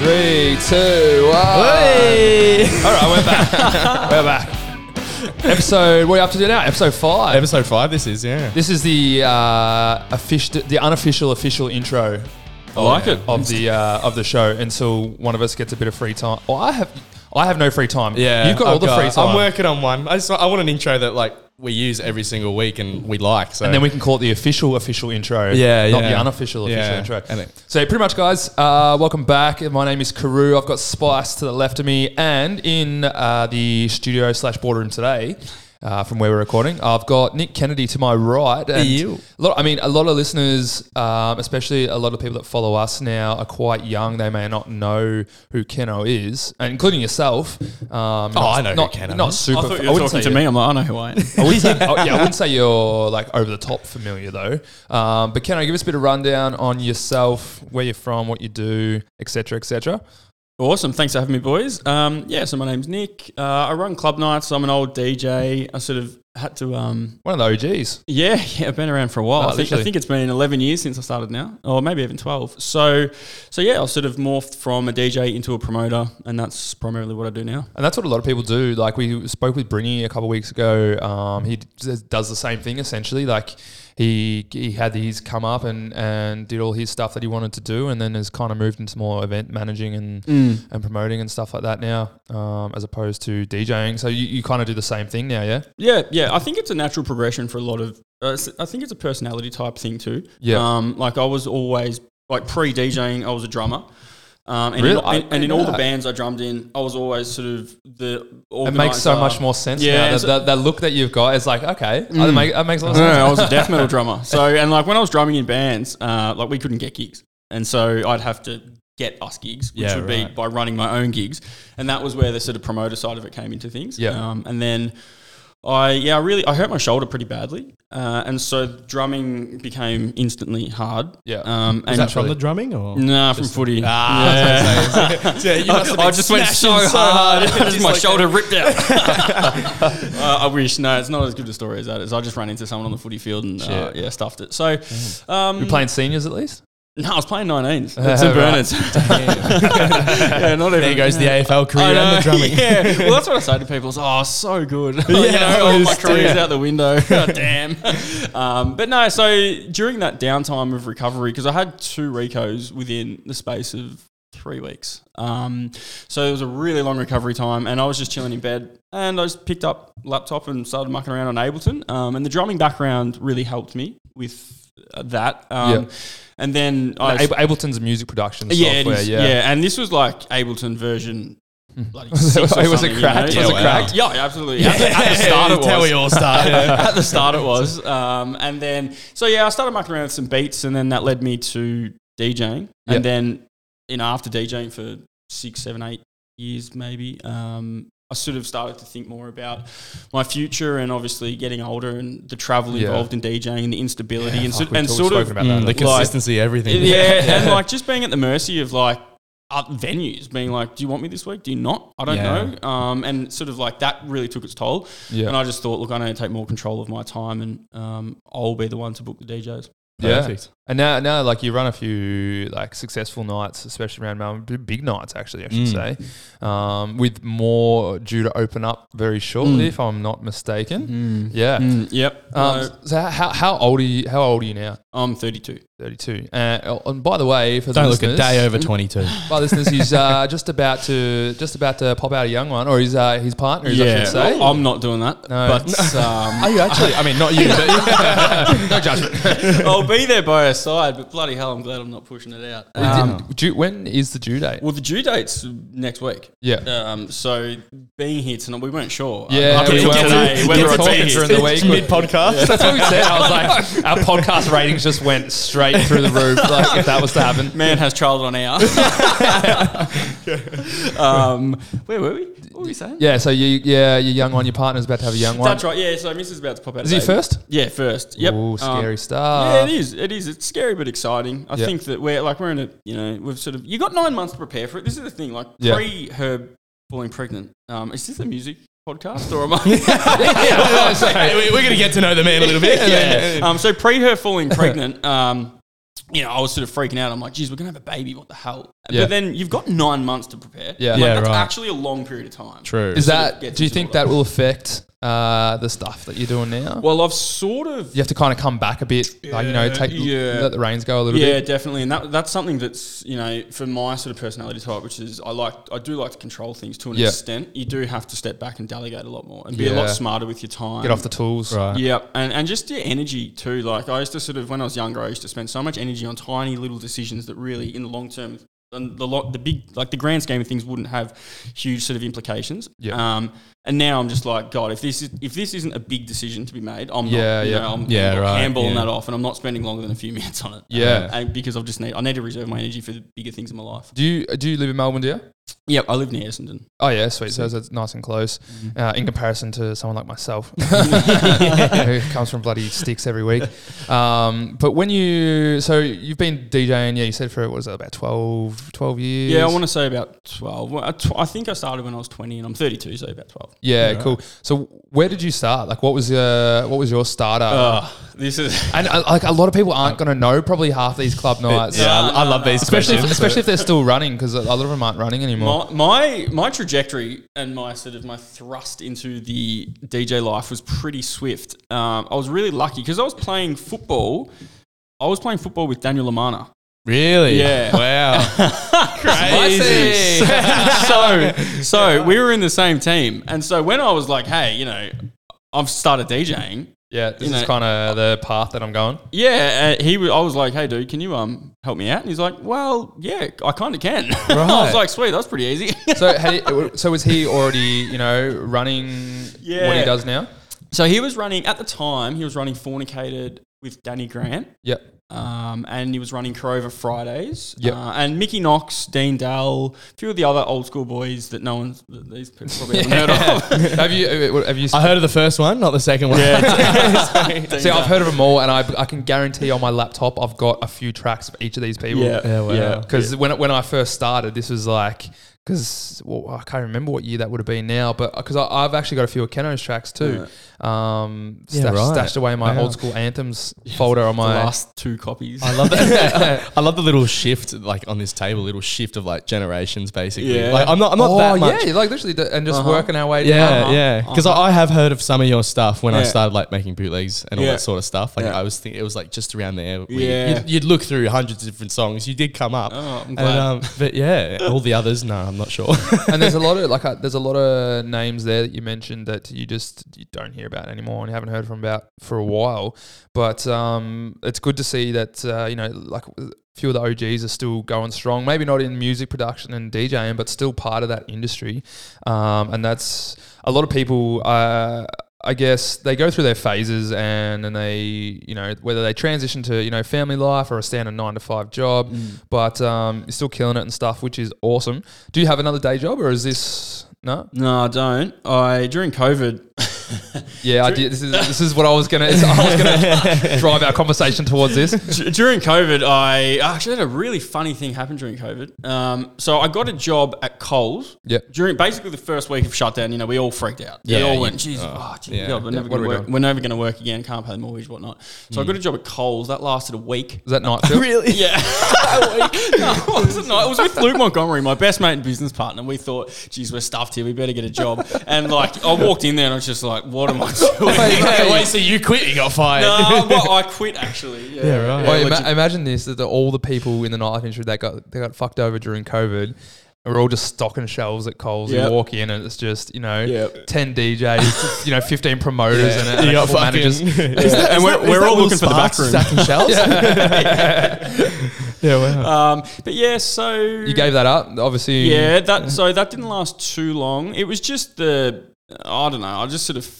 Three, two, one. Hey! All right, we're back. we're back. Episode. What are you up to do now? Episode five. Episode five. This is yeah. This is the uh, official, the unofficial official intro. I like it. of the uh, of the show until one of us gets a bit of free time. Oh, I have I have no free time. Yeah, you've got all I've the free time. I'm working on one. I just want, I want an intro that like we use every single week and we like. So and then we can call it the official official intro. Yeah, not yeah. the unofficial official Yeah. intro. And it- so pretty much, guys, uh, welcome back. My name is Karu. I've got Spice to the left of me, and in uh, the studio slash boardroom today. Uh, from where we're recording, I've got Nick Kennedy to my right. And Ew. a lot, I mean, a lot of listeners, um, especially a lot of people that follow us now, are quite young. They may not know who Keno is, and including yourself. Um, oh, I know who not, Keno Not is. super. I thought I you were wouldn't talking say to me. I'm like, I know who I am. I wouldn't say, oh, yeah, I wouldn't say you're like over the top familiar though. Um, but can I give us a bit of rundown on yourself, where you're from, what you do, etc., etc. awesome. Thanks for having me, boys. Um, yeah, so my name's Nick. Uh, I run club nights. I'm an old DJ. I sort of had to, um, One of the OGs. yeah, yeah, I've been around for a while. No, I, think, I literally. think it's been 11 years since I started now, or maybe even 12. So, so yeah, I sort of morphed from a DJ into a promoter, and that's primarily what I do now. And that's what a lot of people do. Like we spoke with Brinny a couple of weeks ago. Um, he d- does the same thing essentially. Like he he had his come up and, and did all his stuff that he wanted to do, and then has kind of moved into more event managing and and promoting and stuff like that now, um, as opposed to DJing. So you, you kind of do the same thing now, yeah. Yeah, yeah. I think it's a natural progression for a lot of. Uh, s- I think it's a personality type thing too. Yeah. Um, like I was always like pre DJing, I was a drummer. Um, and, Really? in, and, and in I all know the that. bands I drummed in, I was always sort of the. It makes so organizer. much more sense Yeah, now. That, it's- that, that look that you've got is like, okay, oh, that, make, that makes a lot of No, sense. no, I was a death metal drummer. So, and like when I was drumming in bands, uh, like we couldn't get gigs, and so I'd have to get us gigs, which Yeah, would be right. by running my own gigs, and that was where the sort of promoter side of it came into things. Yeah. um, and then I yeah, I really I hurt my shoulder pretty badly, uh, and so drumming became instantly hard. Yeah. um, and that from the drumming or Nah, from footy. ah, yeah. you must have I been just went so smashing hard, Just just my like- shoulder ripped out. uh, I wish. No, it's not as good a story as that is. I just ran into someone on the footy field and uh, Shit. yeah, stuffed it. So, um, You're playing seniors at least? no, I was playing 19s. It's Uh, in right. Bernards. yeah, not even. There goes the AFL career I know, and the drumming. Yeah, well, that's what I say to people. Is, oh, so good. Like, you Yeah, know, all my just- career's yeah. out the window. Damn. Um, but no, so during that downtime of recovery, because I had two recos within the space of three weeks. Um, so it was a really long recovery time, and I was just chilling in bed, and I just picked up laptop and started mucking around on Ableton. Um, and the drumming background really helped me with uh, that. Um, Yeah. And then I Ab- Ableton's music production yeah, software. it is. yeah. Yeah. and this was like Ableton version. Bloody Was it- six or was it something, you cracked? know? Was it cracked? Yeah, yeah, absolutely. At, the, at the start, it That's how was. we all start. at the start, it was. Um, and then, so yeah, I started mucking around with some beats, and then that led me to DJing. And Yeah. then, you know, after DJing for six, seven, eight years, maybe, um, I sort of started to think more about my future and obviously getting older and the travel Yeah. involved in DJing and the instability Yeah, and, so, fuck, we've and talked- sort spoken of about that. the Like, consistency, everything. yeah, and like just being at the mercy of like uh, venues being like, do you want me this week? Do you not? I don't Yeah. know. Um, and sort of like that really took its toll. Yeah. And I just thought, look, I need to take more control of my time, and um, I'll be the one to book the DJs. Yeah. Perfect. And now, now, like you run a few like successful nights, especially around Melbourne, b- big nights actually, I should Mm. say, um, with more due to open up very shortly, Mm. if I'm not mistaken. Yeah. Mm, yep. Um, So, so how, how old are you? How old are you now? I'm 32. 32. Uh, and by the way, for the Don't look a listeners- day over twenty-two. By listeners, he's uh, just about to just about to pop out a young one, or his uh, his partner, is I should say. Well, I'm not doing that. No. But Are um, you actually? I mean, not you, but no judgment. I'll be there by her side. But bloody hell, I'm glad I'm not pushing it out. Um, due, when is the due date? well, the due date's next week. Yeah. Um, so being here tonight, we weren't sure. Yeah, up until we weren't. today, It's whether all I'd be considered here. the week. podcast. That's what we said. I was like, our podcast ratings just went straight through the roof. Like, if that was to happen, Man has child on air. um, where were we? What were we saying? yeah. So you, yeah, your young one, your partner's about to have a young one. That's right. Yeah, so Miss is about to pop out. Is a he baby. first? Yeah, first. Yep. Ooh, Um, scary yeah, stuff. it is. It is. It's scary but exciting. I Yeah. think that we're like we're in a you know we've sort of you got nine months to prepare for it. This is the thing. Like Yeah. pre her falling pregnant. Um, is this a music podcast or am I? Hey, we- we're going to get to know the man a little bit. yeah. Um, so pre her falling pregnant, um, you know, I was sort of freaking out. I'm like, geez, we're gonna have a baby. What the hell? Yeah. But then you've got nine months to prepare. Yeah. Like, Yeah, that's right. actually a long period of time. True. Is that? gets Do you into think it. that will affect uh, the stuff that you're doing now? Well, I've sort of you have to kind of come back a bit, like you know, Yeah, take yeah. let the reins go a little yeah, bit. definitely, and that that's something that's you know for my sort of personality type, which is I like I do like to control things to an Yeah. extent. You do have to step back and delegate a lot more and be a lot Yeah. smarter with your time. Get off the tools. Right. Yep, and and just your energy too. Like I used to sort of when I was younger, I used to spend so much energy on tiny little decisions that really, in the long term, and the lot the big like the grand scheme of things wouldn't have huge sort of implications. Yeah. Um, and now I'm just like, God, if this is if this isn't a big decision to be made, I'm Yeah, not. You yeah. know, I'm, Yeah, I'm right, handballing yeah. that off, and I'm not spending longer than a few minutes on it. Um, Yeah. And because I've just need I need to reserve my energy for the bigger things in my life. Do you do you live in Melbourne, dear? Yep, I live near Essendon. Oh yeah, sweet. So that's nice and close. Mm-hmm. Uh, in comparison to someone like myself, who comes from bloody sticks every week. Um, but when you so you've been DJing, yeah, you said for what is that about 12, 12 years? Yeah, I want to say about twelve. Well, I tw- I think I started when I was twenty, and I'm 32, so about twelve. Yeah, cool. So where did you start? Like, what was your what was your starter? Oh, this is and uh, like a lot of people aren't going to know probably half these club nights. Yeah, I, I love these Especially, if, questions. especially if they're still running because a lot of them aren't running anymore. My, my my trajectory and my sort of my thrust into the DJ life was pretty swift. Um, I was really lucky because I was playing football. I was playing football with Daniel Lamana. Really? Yeah. Wow. Crazy. so so we were in the same team, and so when I was like, hey, you know, I've started DJing. Yeah, this You is know- kind of the path that I'm going. Yeah, uh, he. wa- I was like, "Hey, dude, can you um help me out?" And he's like, "Well, yeah, I kind of can." I was Right. like, "Sweet, that's pretty easy." So, had he, so was he already, you know, running what he Yeah. does now? So he was running at the time. He was running Fornicated with Danny Grant, Yep. um, and he was running Corova Fridays. Yep. Uh, and Mickey Knox, Dean Dell, a few of the other old school boys that no one's that these people probably haven't heard of. have you? uh, Have you? I heard of the first one, not the second one. See, I've heard of them all, and I, I can guarantee on my laptop I've got a few tracks for each of these people. Yeah, Yeah, wow. yeah. Because when when I first started, this was like because well, I can't remember what year that would have been now, but because I've actually got a few of Keno's tracks too, um, Yeah, stashed, right. stashed away in my Wow. old school anthems folder on The my last two copies. I love that. I love the little shift, like on this table, little shift of like generations, basically. Yeah. Like I'm not, I'm not oh Uh-huh. that much. Uh-huh. yeah, like literally, the- and just working our way Yeah, down. yeah. Because I, I have heard of some of your stuff when I Yeah. started like making bootlegs and all Yeah. that sort of stuff. Like Yeah. I was thinking it was like just around there. where Yeah. You'd, you'd look through hundreds of different songs. You did come up. Oh, I'm And, glad. um, but yeah, all the others, no, I'm not sure. and there's a lot of like uh, there's a lot of names there that you mentioned that you just you don't hear about anymore and you haven't heard from about for a while. But um, it's good to see that uh, you know like a few of the OGs are still going strong. Maybe not in music production and DJing, but still part of that industry. Um, and that's a lot of people. Uh, I guess they go through their phases and then they, you know, whether they transition to, you know, family life or a standard nine to five job, but um, you're still killing it and stuff, which is awesome. Do you have another day job or is this, no? no, I don't. I during COVID. Yeah, I did. This is, this is what I was going to, I was going to drive our conversation towards this. D- during COVID, I actually had a really funny thing happen during COVID. Um, so I got a job at Coles. Yep. During basically the first week of shutdown, you know, we all freaked out. we Yeah, all you- went, "Jeez, oh, oh, geez, yeah. God, we're never what are going we to work. doing? We're never going to work again. Can't pay the mortgage, whatnot." So I got a job at Coles. That lasted a week. Is that night shift? really? Yeah. no, it wasn't nice. It was with Luke Montgomery, my best mate and business partner. We thought, geez, we're stuffed here. We better get a job. And like, I walked in there and I was just like, what am I doing? Yeah, wait, so you quit? You got fired. no, well, I quit actually. Yeah, Yeah, right. Well, Yeah, ima- imagine this: that the- all the people in the nightlife industry that got they got fucked over during COVID. are all just stocking shelves at Coles. Yep. You walk in and it's just you know Yep. ten DJs, you know fifteen promoters and, a, and You a got couple fucking- managers. and we're, we're all looking for the back room. Stacking shelves. yeah, wow. Um, but yeah, so You gave that up, obviously. yeah that so that didn't last too long. It was just the I don't know. I just sort of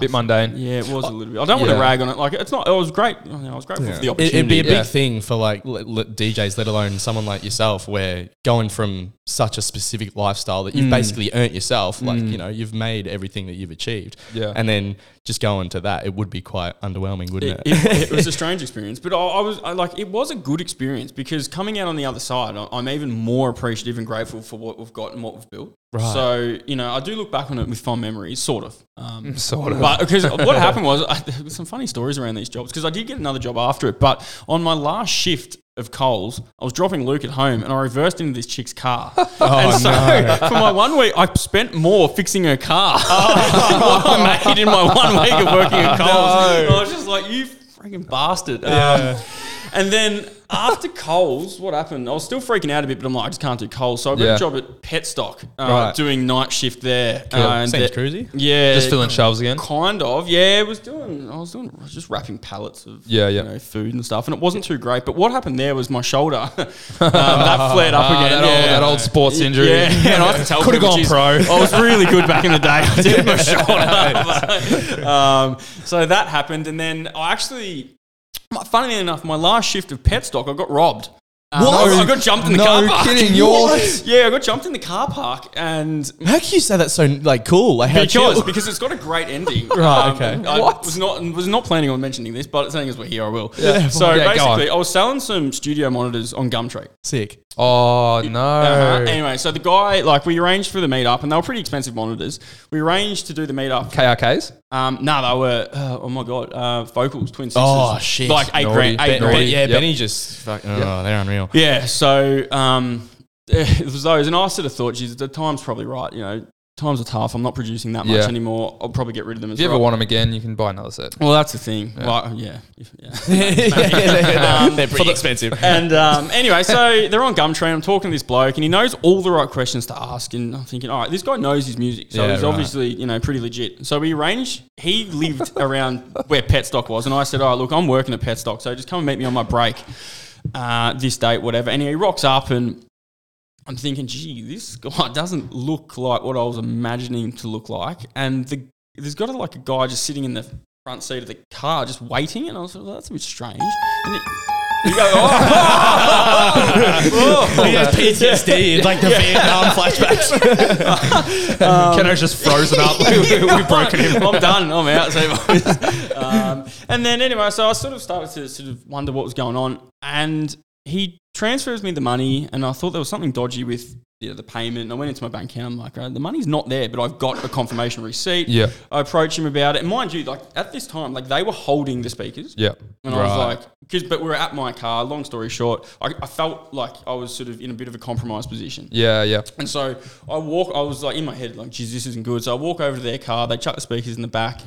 bit mundane. yeah, it was a little bit. I don't want Yeah. to rag on it. Like it's not. It was great. you know, I was grateful for the It, opportunity. would be a big Yeah. thing for like l- l- DJs, let alone someone like yourself, where going from such a specific lifestyle that you've basically earned yourself, like you know, you've made everything that you've achieved, Yeah. and then just going to that, it would be quite underwhelming, wouldn't it, it? it- it was a strange experience, but I, I was I, like, it was a good experience because coming out on the other side, I- I'm even more appreciative and grateful for what we've got and what we've built. Right. So you know, I do look back on it with fond memories, sort of. Um, Sort of. But because what happened was, I, there was some funny stories around these jobs because I did get another job after it. But on my last shift, of Coles, I was dropping Luke at home and I reversed into this chick's car. Oh, and so for my one week, I spent more fixing her car than what I made in my one week of working at Coles. I was just like, you freaking bastard. Um, and then after Coles, what happened? I was still freaking out a bit, but I'm like, I just can't do Coles. So I got Yeah. a job at Petstock uh, Right. doing night shift there. Uh, and Seems that- cruisy. Yeah. Just filling shelves again. Kind of, yeah. I was doing, I was doing, I was just wrapping pallets of Yeah, yeah. You know, food and stuff, and it wasn't too great. But what happened there was my shoulder um, that flared up Ah, again. that, yeah. old, that old sports injury. Yeah, and I have to tell Could have people, gone geez, pro. I was really good back in the day. I did my shoulder. um, so that happened, and then I actually, funnily enough, my last shift of pet stock, I got robbed. Um, What? I got jumped in the No car park. kidding, you're- yeah, I got jumped in the car park, and How can you say that so like cool? Like how because chill? because it's got a great ending. Um, Right, okay. I What? was not was not planning on mentioning this, but seeing as we're here, I will. Yeah. So Yeah, go basically, I was selling some studio monitors on Gumtree. Sick. Oh no. Uh-huh. Anyway, so the guy like we arranged for the meetup, and they were pretty expensive monitors. We arranged to do the meetup. KRKs. Um, no, they were uh, oh my god, uh, vocals twin sixes. Oh, shit. Like eight Naughty. grand, eight Ben- grand. Naughty. yeah, Yep. Benny just fucking. Oh, they're unreal. Yeah, so um, it was those, and I sort of thought, geez, the time's probably right. You know, times are tough. I'm not producing that much Yeah. anymore. I'll probably get rid of them. As If you well. ever want them again, you can buy another set. Well, that's the thing. Yeah. Well, yeah. If- yeah. they're pretty expensive. and um, anyway, so they're on Gumtree. And I'm talking to this bloke, and he knows all the right questions to ask. And I'm thinking, all right, this guy knows his music, so Yeah, he's right. obviously you know pretty legit. So we arranged. He lived around where Petstock was, and I said, all right, look, I'm working at Petstock, so just come and meet me on my break uh, this date, whatever. And he rocks up and. I'm thinking, gee, this guy doesn't look like what I was imagining him to look like. And the, there's got to like a guy just sitting in the front seat of the car just waiting. And I was like, well, that's a bit strange. And he, he goes, oh, He has PTSD. It's like um, the Vietnam flashbacks. Um, Keno's just frozen up. we've broken him. I'm done. I'm out. See you boys. um, and then anyway, so I sort of started to sort of wonder what was going on, and he transfers me the money, and I thought there was something dodgy with you know, the payment. And I went into my bank account. I'm like, oh, the money's not there, but I've got a confirmation receipt. Yeah. I approached him about it, and mind you, like at this time, like they were holding the speakers. yeah. And I was like, cause, but we were at my car. Long story short, I, I felt like I was sort of in a bit of a compromised position. Yeah. Yeah. And so I walk, I was like in my head, like, geez, this isn't good. So I walk over to their car, they chuck the speakers in the back,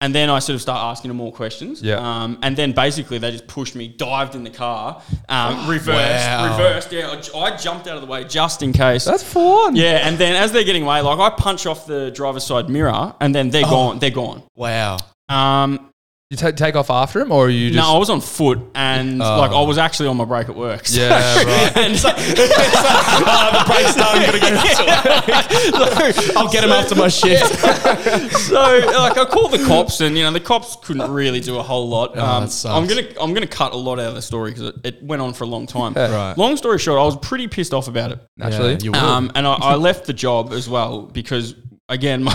and then I sort of start asking them more questions. Yeah. Um, and then basically they just pushed me, dived in the car, um, reversed, Wow. reversed. Yeah, I j- I, jumped out of the way just in case. That's full on. yeah, and then as they're getting away, like I punch off the driver's side mirror, and then Oh. they're gone. They're gone. wow. Um, You ta take off after him, or you just? Oh. no, I was on foot, and like I was actually on my break at work. so- Yeah. Right. and the break's done. Gotta go I'll get him after my shift. so like I called the cops, and you know the cops couldn't really do a whole lot. Um, Oh, that sucks. I'm gonna I'm gonna cut a lot out of the story because it, it went on for a long time. Right. Long story short, I was pretty pissed off about it, Naturally. Yeah, you will. um, and I, I left the job as well because. Again, my,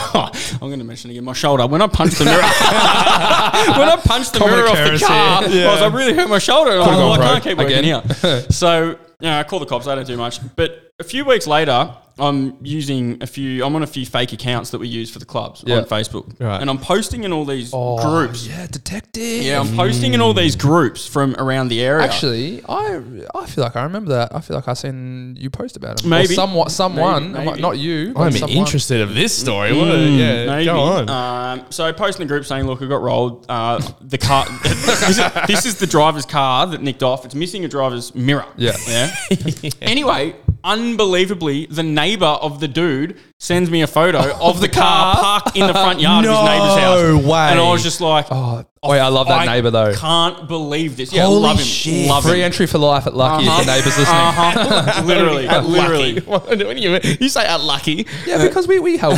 I'm going to mention again my shoulder. When I punched the mirror, when I punched the Common mirror off the occurrence car, here. I was like, really hurt my shoulder. And I, was Could've like, gone "Well, I can't keep broke working again." here so you know, I call the cops. They don't do much. But a few weeks later, I'm using a few. I'm on a few fake accounts that we use for the clubs Yeah. on Facebook, Right. and I'm posting in all these Oh, groups. Yeah, detective. Yeah, I'm posting in all these groups from around the area. Actually, I I feel like I remember that. I feel like I seen you post about him. Or Maybe. somewhat, someone, Maybe, maybe. not you. but I'm someone. interested of this story. What? Mm, yeah, maybe. go on. Um, so I post in the group saying, "Look, I got rolled. Uh, the car. this, is, this is the driver's car that nicked off. It's missing a driver's mirror. Yeah. Yeah. anyway, unbelievably, the neighbor of the dude sends me a photo of the car parked in the front yard of his neighbor's house. No way. And I was just like, Oh, wait, I love that I neighbor though. Can't believe this. Yeah, Holy love him. shit. Love Free him. entry for life at Lucky if the neighbor's listening. Uh-huh. literally, literally. when Uh-huh. you, you say unlucky, Yeah, because we, we help.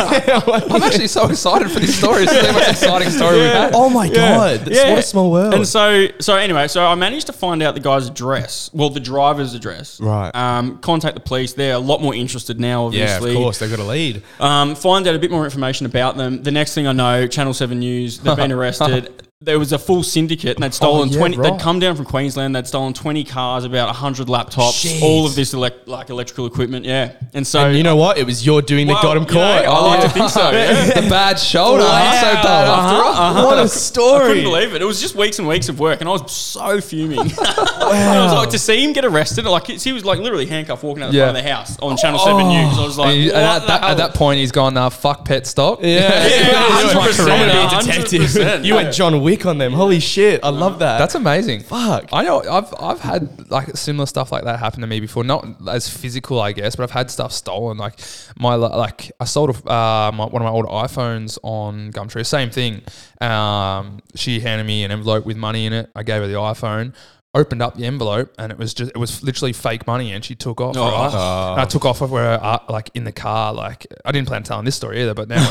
I'm actually so excited for this story. It's the most exciting story we've had. oh my god, that's, what a small world. And so, so anyway, so I managed to find out the guy's address. Well, the driver's address. Right. Um, contact the police. They're a lot more interested now, yeah, of obviously. course they've got a lead. Um, find out a bit more information about them. The next thing I know, Channel Seven News. They've been arrested. there was a full syndicate and they'd stolen Oh, yeah, 20 right. they'd come down from queensland they'd stolen 20 cars about 100 laptops all of Jeez. this elec like electrical equipment yeah and so And Oh, you know what? It was your doing that Well, got him you caught. know, i like to think so yeah. the bad shoulder. Wow. Uh-huh. So bad after all. What a I story. couldn't believe it. It was just weeks and weeks of work, and I was so fuming. I was like, to see him get arrested, like he was like literally handcuffed walking out the Yeah. Oh. front of the house on Channel Seven News. I was like, And you- what and at, the that, hell? at that point, he's gone, uh, fuck pet stop. Yeah, Yeah, This is what 100%, Toronto did. yeah, 100%. You went John Wick on them. Holy shit! I love that. That's amazing. Fuck. I know I've I've had like similar stuff like that happen to me before. Not as physical, I guess, but I've had stuff stolen. Like my like I sold a, uh, my, one of my old iPhones on Gumtree. Same thing. Um, she handed me an envelope with money in it. I gave her the iPhone. Opened up the envelope and it was just it was literally fake money and she took off. Oh. right? And I took off of where uh, like in the car. Like I didn't plan on telling this story either, but now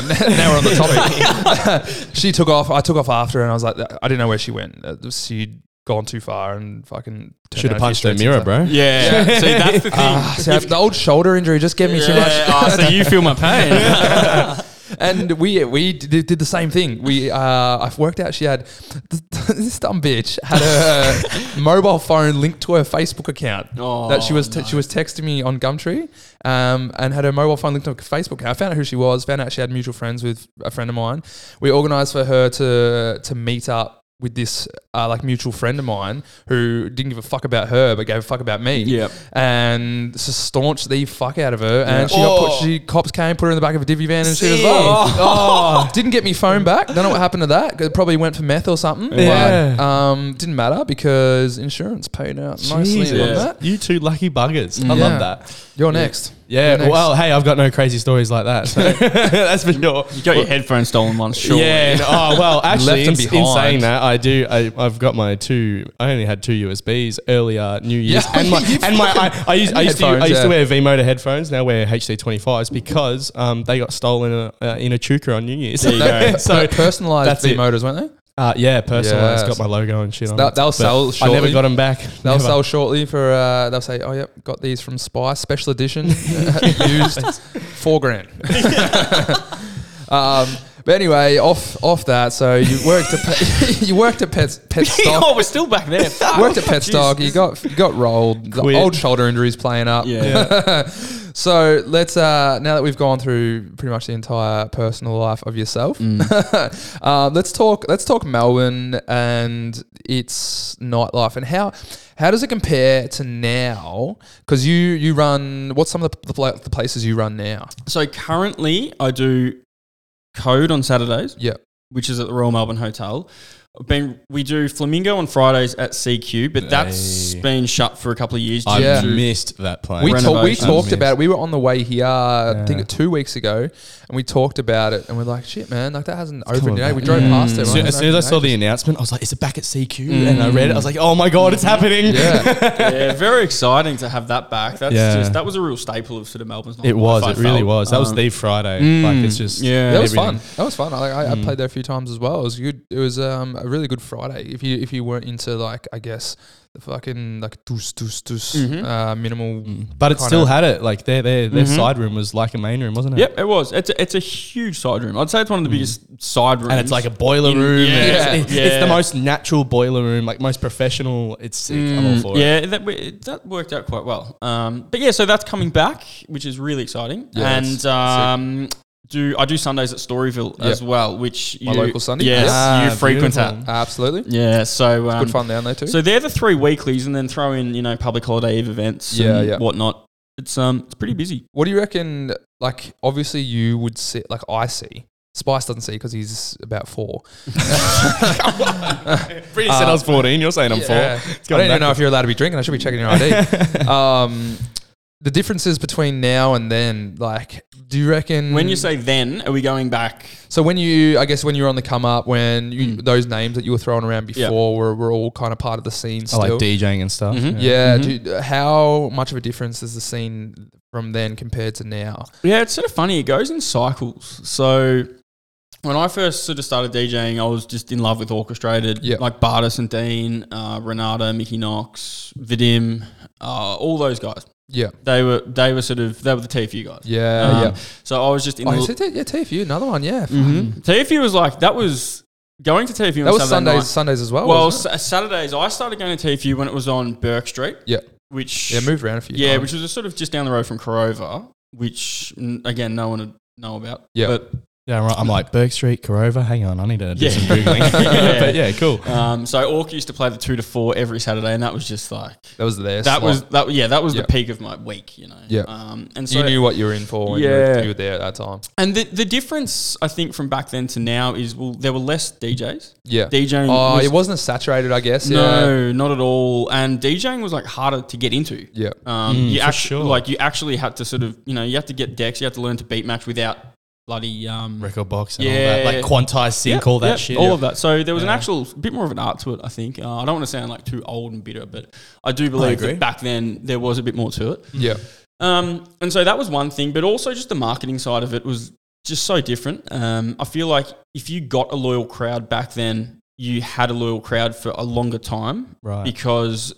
now we're on the topic. she took off. I took off after, and I was like, I didn't know where she went. Uh, She'd gone too far and fucking turned Should down a have few punched a streets mirror, and stuff. bro. yeah, see that's the thing. Ah, see, I've- the old shoulder injury just gave me too much. Yeah, ah, so you feel my pain. and we we did, did the same thing. We uh, I've worked out she had this dumb bitch had her mobile phone linked to her Facebook account Oh, that she was te- she was texting me on Gumtree, um, and had her mobile phone linked to her Facebook account. I found out who she was. Found out she had mutual friends with a friend of mine. We organised for her to to meet up. With this uh, like mutual friend of mine who didn't give a fuck about her but gave a fuck about me, Yep. and so staunched the fuck out of her, and she got Oh. put. She cops came, put her in the back of a divvy van, and she was Sick. like, Oh. didn't get me phone back. Don't know what happened to that. It probably went for meth or something. Yeah. But, um, didn't matter because insurance paid out nicely Jesus. on that. You two lucky buggers. Yeah. I love that. You're next. Yeah. You're next. Well, hey, I've got no crazy stories like that. So that's for sure. You got your headphones stolen once, sure. Yeah. no, oh well, actually, Left in, them in behind. saying that, I do. I, I've got my two. I only had two USBs earlier New Year's, Yeah, and my you and my. I, I used I used, to, I Headphones, used to yeah. wear V Motor headphones. Now wear HC twenty fives because um they got stolen uh, uh, in a chuka on New Year's. There you go. So personalized that's V it. motors, weren't they? Uh, yeah, personalized. Yeah. Got my logo and shit on. They'll- it. they'll But sell I never shortly. got them back. They'll Never. sell shortly for. Uh, they'll say, "Oh yep, got these from Spice Special Edition, uh, used four grand." um, but anyway, off off that. So you worked at pet, you worked at pet pet stock. oh, we're still back there. Fuck. Worked at pet stock. You got you got rolled. The Quit. old shoulder injuries playing up. Yeah. So let's uh, now that we've gone through pretty much the entire personal life of yourself, uh, let's talk. Let's talk Melbourne and its nightlife and how how does it compare to now? Because you you run what's some of the, the, pla- the places you run now? So currently, I do code on Saturdays, Yeah, which is at the Royal Melbourne Hotel. I've been, we do Flamingo on Fridays at CQ, but that's Hey. been shut for a couple of years. I due Yeah. to- missed that plane. we talk, we Renovations. talked about it. We were on the way here, I Yeah. think two weeks ago, and we talked about it, and we're like, shit, man, like that hasn't coming opened yet. back. We drove past it. Mm. right? As soon, It as soon as I hasn't saw the announcement, I was like, "Is it back at CQ?" And I read it. I was like, "Oh my god, it's happening!" opened. yeah. Mm. yeah, very exciting to have that back. That's Yeah. just that was a real staple of sort of Melbourne's. It nightlife, was. I It really felt. was. That was Um, the Friday. like it's just yeah. That was everything. fun. That was fun. I, I, I Hmm. played there a few times as well. It was good. It was um, a really good Friday. If you if you weren't into like I guess the fucking like doos doos doos Mm-hmm. uh, minimal. Mm. But it kinda- still had it. Like their their, their side room was like a main room, wasn't it? Yep, it was. It's a, it's a huge side room. I'd say it's one of the biggest side rooms. Hmm. And it's like a boiler In- room. yeah, and it's, it's- it's yeah. the most natural boiler room, like most professional. It's sick. I'm all for it. Mm. yeah, that we- that worked out quite well. Um, but yeah, so that's coming back, which is really exciting. Yeah, that's and um, do I do Sundays at Storyville as well, which My you- local Sunday? Yes, Ah, you frequent beautiful. at. Absolutely, Yeah, so um, good fun down there too. So they're the three weeklies, and then throw in you know public holiday eve events, Yeah, and yeah. whatnot. It's um it's pretty busy. what do you reckon? Like obviously you would see. Like I see. Spice doesn't see because he's about four. Pretty said I Uh, was 14. You're saying I'm four. I It's gone don't even know if backwards. you're allowed to be drinking. I should be checking your ID. um, the differences between now and then, like, do you reckon When you say then, are we going back? So when you, I guess, when you were on the come up, when you, those names that you were throwing around before Mm. Yeah. Oh, were, were all kind of part of the scene I still. like DJing and stuff. Mm-hmm. yeah. do you- uh, how much of a difference is the scene from then compared to now? Yeah, it's sort of funny. It goes in cycles. So when I first sort of started DJing, I was just in love with orchestrated, Yeah. like Bartis and Dean, uh, Renata, Mickey Knox, Vidim, uh, all those guys. Yeah. They were they were sort of they were the TFU guys. Uh, Yeah. Um, yeah. So I was just in. Mm, Oh, the Mm-hmm. is it- yeah, TFU, another one. Yeah. Mhm. TFU was like that was going to TFU on That was Saturday Sundays, night. Sundays as well. Well, wasn't s- Saturdays I started going to TFU when it was on Burke Street, it? yeah, which yeah, it moved around a few. yeah, times. which was sort of just down the road from Corova, which n- again no one would know about. Yeah. but Yeah, right. I'm like Burke Street, Corova. Hang on, I need to do Yeah. some googling. Yeah. but yeah, cool. um, so Orc used to play the two to four every Saturday, and that was just like that was there. that was that yeah that was Yeah. the peak of my week, you know. Yeah. um, and so you knew what you were in for when you were- Yeah. you were there at that time. and the the difference I think from back then to now is well there were less DJs. Yeah. DJing Oh, was- it wasn't as saturated, I guess. Yeah. No, not at all. And DJing was like harder to get into. Yeah. Um, you Mm, for actually, sure. like you actually had to sort of, you know, you had to get decks. You had to learn to beat match without bloody um, Record box and Yeah. all that, like quantized sync, Yep, all that yep, shit. All of that. So there was an Yeah. actual bit more of an art to it, I think. Uh, I don't want to sound like too old and bitter, but I do believe agree. that back then there was a bit more to it. Yeah. Um, and so that was one thing, but also just the marketing side of it was just so different. Um, I feel like if you got a loyal crowd back then, you had a loyal crowd for a longer time Right. because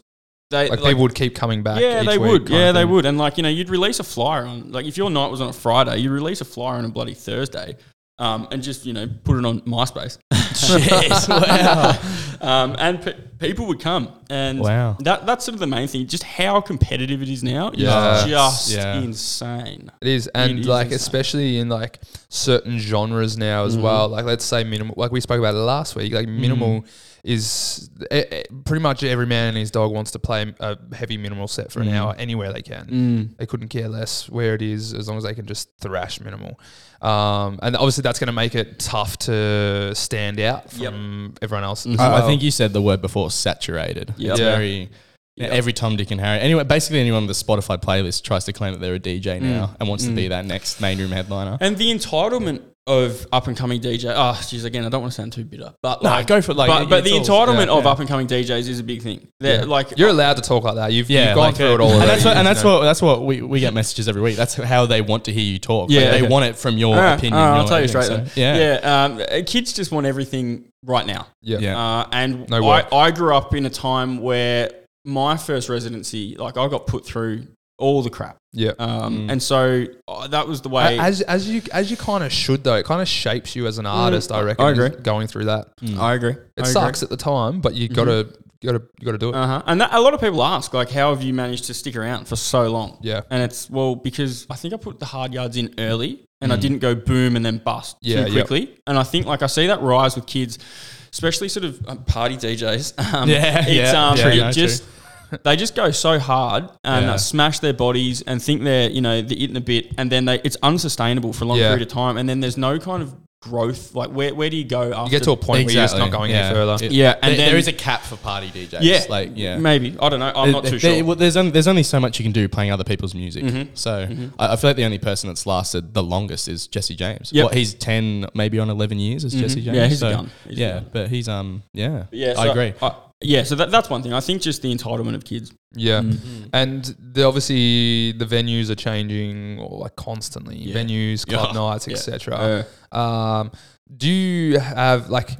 they Like, like, people would keep coming back. yeah, each they week would. kind Yeah, of they thing. would. And like you know, you'd release a flyer on like if your night was on a Friday, you release a flyer on a bloody Thursday, um, and just you know put it on MySpace. Jeez, wow. um, and pe- people would come, and Wow. that that's sort of the main thing. Just how competitive it is now is Yeah. just Yeah. insane. It is, and is like insane. especially in like certain genres now Mm-hmm. as well. Like let's say minimal, like we spoke about it last week. Like minimal Mm. is eh, eh, pretty much every man and his dog wants to play a heavy minimal set Mm. for an hour anywhere they can. They couldn't care less where it is as long as they can just thrash minimal. Um, and obviously that's going to make it tough to stand out from everyone else. as I, I well. think you said the word before saturated. Yep. It's Yeah. very every Tom, Dick, and Harry. Anyway, basically anyone on the Spotify playlist tries to claim that they're a Mm. DJ now and wants to be that next main room headliner. And the entitlement of up and coming DJ. Oh, jeez, again, I don't want to sound too bitter, but Nah, like, go for it, like, but, but the it's all- entitlement yeah, of yeah. up and coming DJs is a big thing. They're like uh, you're allowed to talk like that. You've, you've gone like, uh, through it all. And already, that's what, and you that's know. what that's what we, we get messages every week. That's how they want to hear you talk. Like, Yeah. they want it from your Ah, opinion. ah, I'll your- tell you straight then. yeah. um, uh, kids just want everything right now. Yeah. Yeah. Uh, and No I, work. I grew up in a time where my first residency, like I got put through all the crap. yeah. Um, And so uh, that was the way. as as you as you kind of should though, it kind of shapes you as an artist. I reckon. I agree. is Going through that, Mm. I agree. it sucks at the time, but you gotta gotta you gotta do it. Uh huh. And that, a lot of people ask, like, how have you managed to stick around for so long? Yeah. And it's well because I think I put the hard yards in early, and I didn't go boom and then bust Mm. Yeah, too yeah. quickly. And I think like I see that rise with kids, especially sort of um, party DJs. Um, Yeah, It's, yeah, um, yeah, it no, true. just they just go so hard and uh, Yeah. smash their bodies and think they're you know they're eating a bit, and then they it's unsustainable for a long Yeah. period of time, and then there's no kind of growth. Like where where do you go after? you get to a point where you're just not Exactly, going yeah. any further. It- yeah, There- and then there is a cap for party DJs. yeah, Like yeah. maybe I don't know. I'm not There- too there- sure. Mm-hmm. well, there's only, there's only so much you can do playing other people's music. So I, I feel like the only person that's lasted the longest is Jesse James. Yep. Mm-hmm. What he's ten, maybe on eleven years is Jesse James. Yeah, he's a So, gun. He's a yeah, gun. but he's um yeah. Yeah, I so agree. yeah, so that, that's one thing. I think just the entitlement of kids. Yeah, and the, obviously the venues are changing like constantly. Venues, club Yeah. nights, etc. Um, do you have like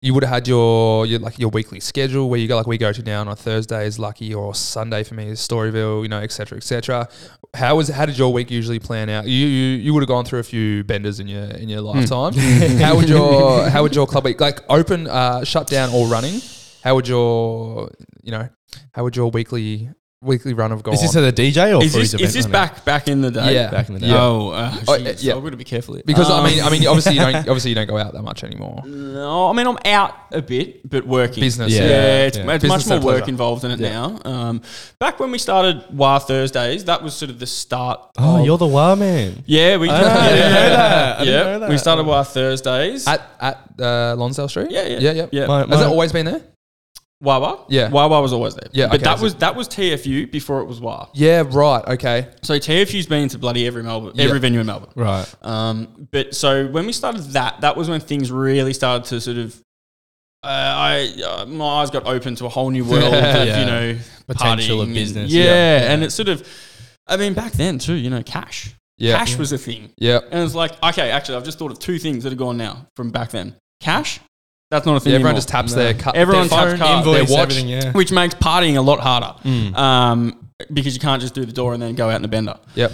you would have had your, your like your weekly schedule where you go like we go to down on Thursday is lucky or Sunday for me is Storyville, you know, etc. etc. How was how did your week usually plan out? You you, you would have gone through a few benders in your in your lifetime. how would your how would your club week like open, uh, shut down or running? How would your you know how would your weekly weekly run have gone? Is this at a DJ or Is for this, his event? is this I don't back back in the day? yeah, back in the day? Yeah. Oh, uh, Oh, geez, uh, yeah. I've got to be careful. here. because Um, I mean I mean obviously you don't obviously you don't go out that much anymore. no, I mean I'm out a bit, but working Business, Yeah, Yeah. it's, Yeah. it's Business much more and work pleasure. involved in it now. Um, back when we started WA Thursdays, that was sort of the start. know. of- Oh, you're the war man. yeah, we I yeah, didn't know that. I didn't yeah. know that. we started WA Thursdays. At at uh, Lonsdale Street. yeah, yeah, yeah, yeah. yeah. My- Has my- it always been there? Wawa, Yeah. Wawa was always there. Yeah, but okay, that that's was that was TFU before it was WA. Yeah, right. Okay. So TFU's been to bloody every Melbourne, every Yeah. venue in Melbourne. Right. Um, but so when we started that, that was when things really started to sort of. Uh, I uh, my eyes got open to a whole new world of Yeah. you know Potential partying of and- business, yeah, yeah. and it's sort of, I mean, back then too, you know, cash. Yeah. Cash was a thing, Yeah. and it's like, okay, actually, I've just thought of two things that are gone now from back then. Cash, that's not a thing. Yeah, everyone anymore. just taps their cut. Everyone their taps phone, card. their Invoice, watch. everything. Yeah. which Mm. makes partying a lot harder, um, because you can't just do the door and then go out in a bender. Yep.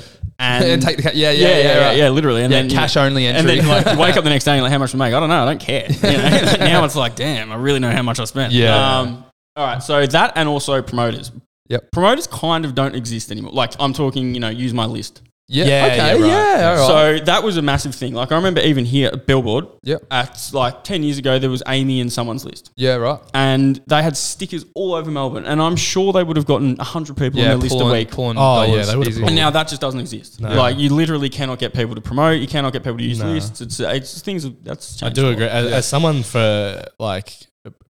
and, and take the ca- yeah yeah, yeah yeah, yeah, right. yeah, literally, and Yeah, then cash only and entry. then like you wake up the next day and you're like how much we make? I don't know. I don't care. You know? now it's like damn, I really know how much I spent. Yeah. Um, all right. So that and also promoters. Yep. Promoters kind of don't exist anymore. Like I'm talking, you know, use my list. yeah, Yeah, okay, yeah, yeah, right. all right. So that was a massive thing. Like I remember even here at Billboard, Yep. at like ten years ago, there was Amy in someone's list, yeah, right. and they had stickers all over Melbourne, and I'm sure they would have gotten hundred people Yeah, on their pulling- list a week. pulling Oh, yeah, dollars they would've easy. pulled- And now that just doesn't exist. No. Like you literally cannot get people to promote. You cannot get people to use No. lists. It's it's things that- that's. I Changed do a lot. agree. As, Yeah. as someone for like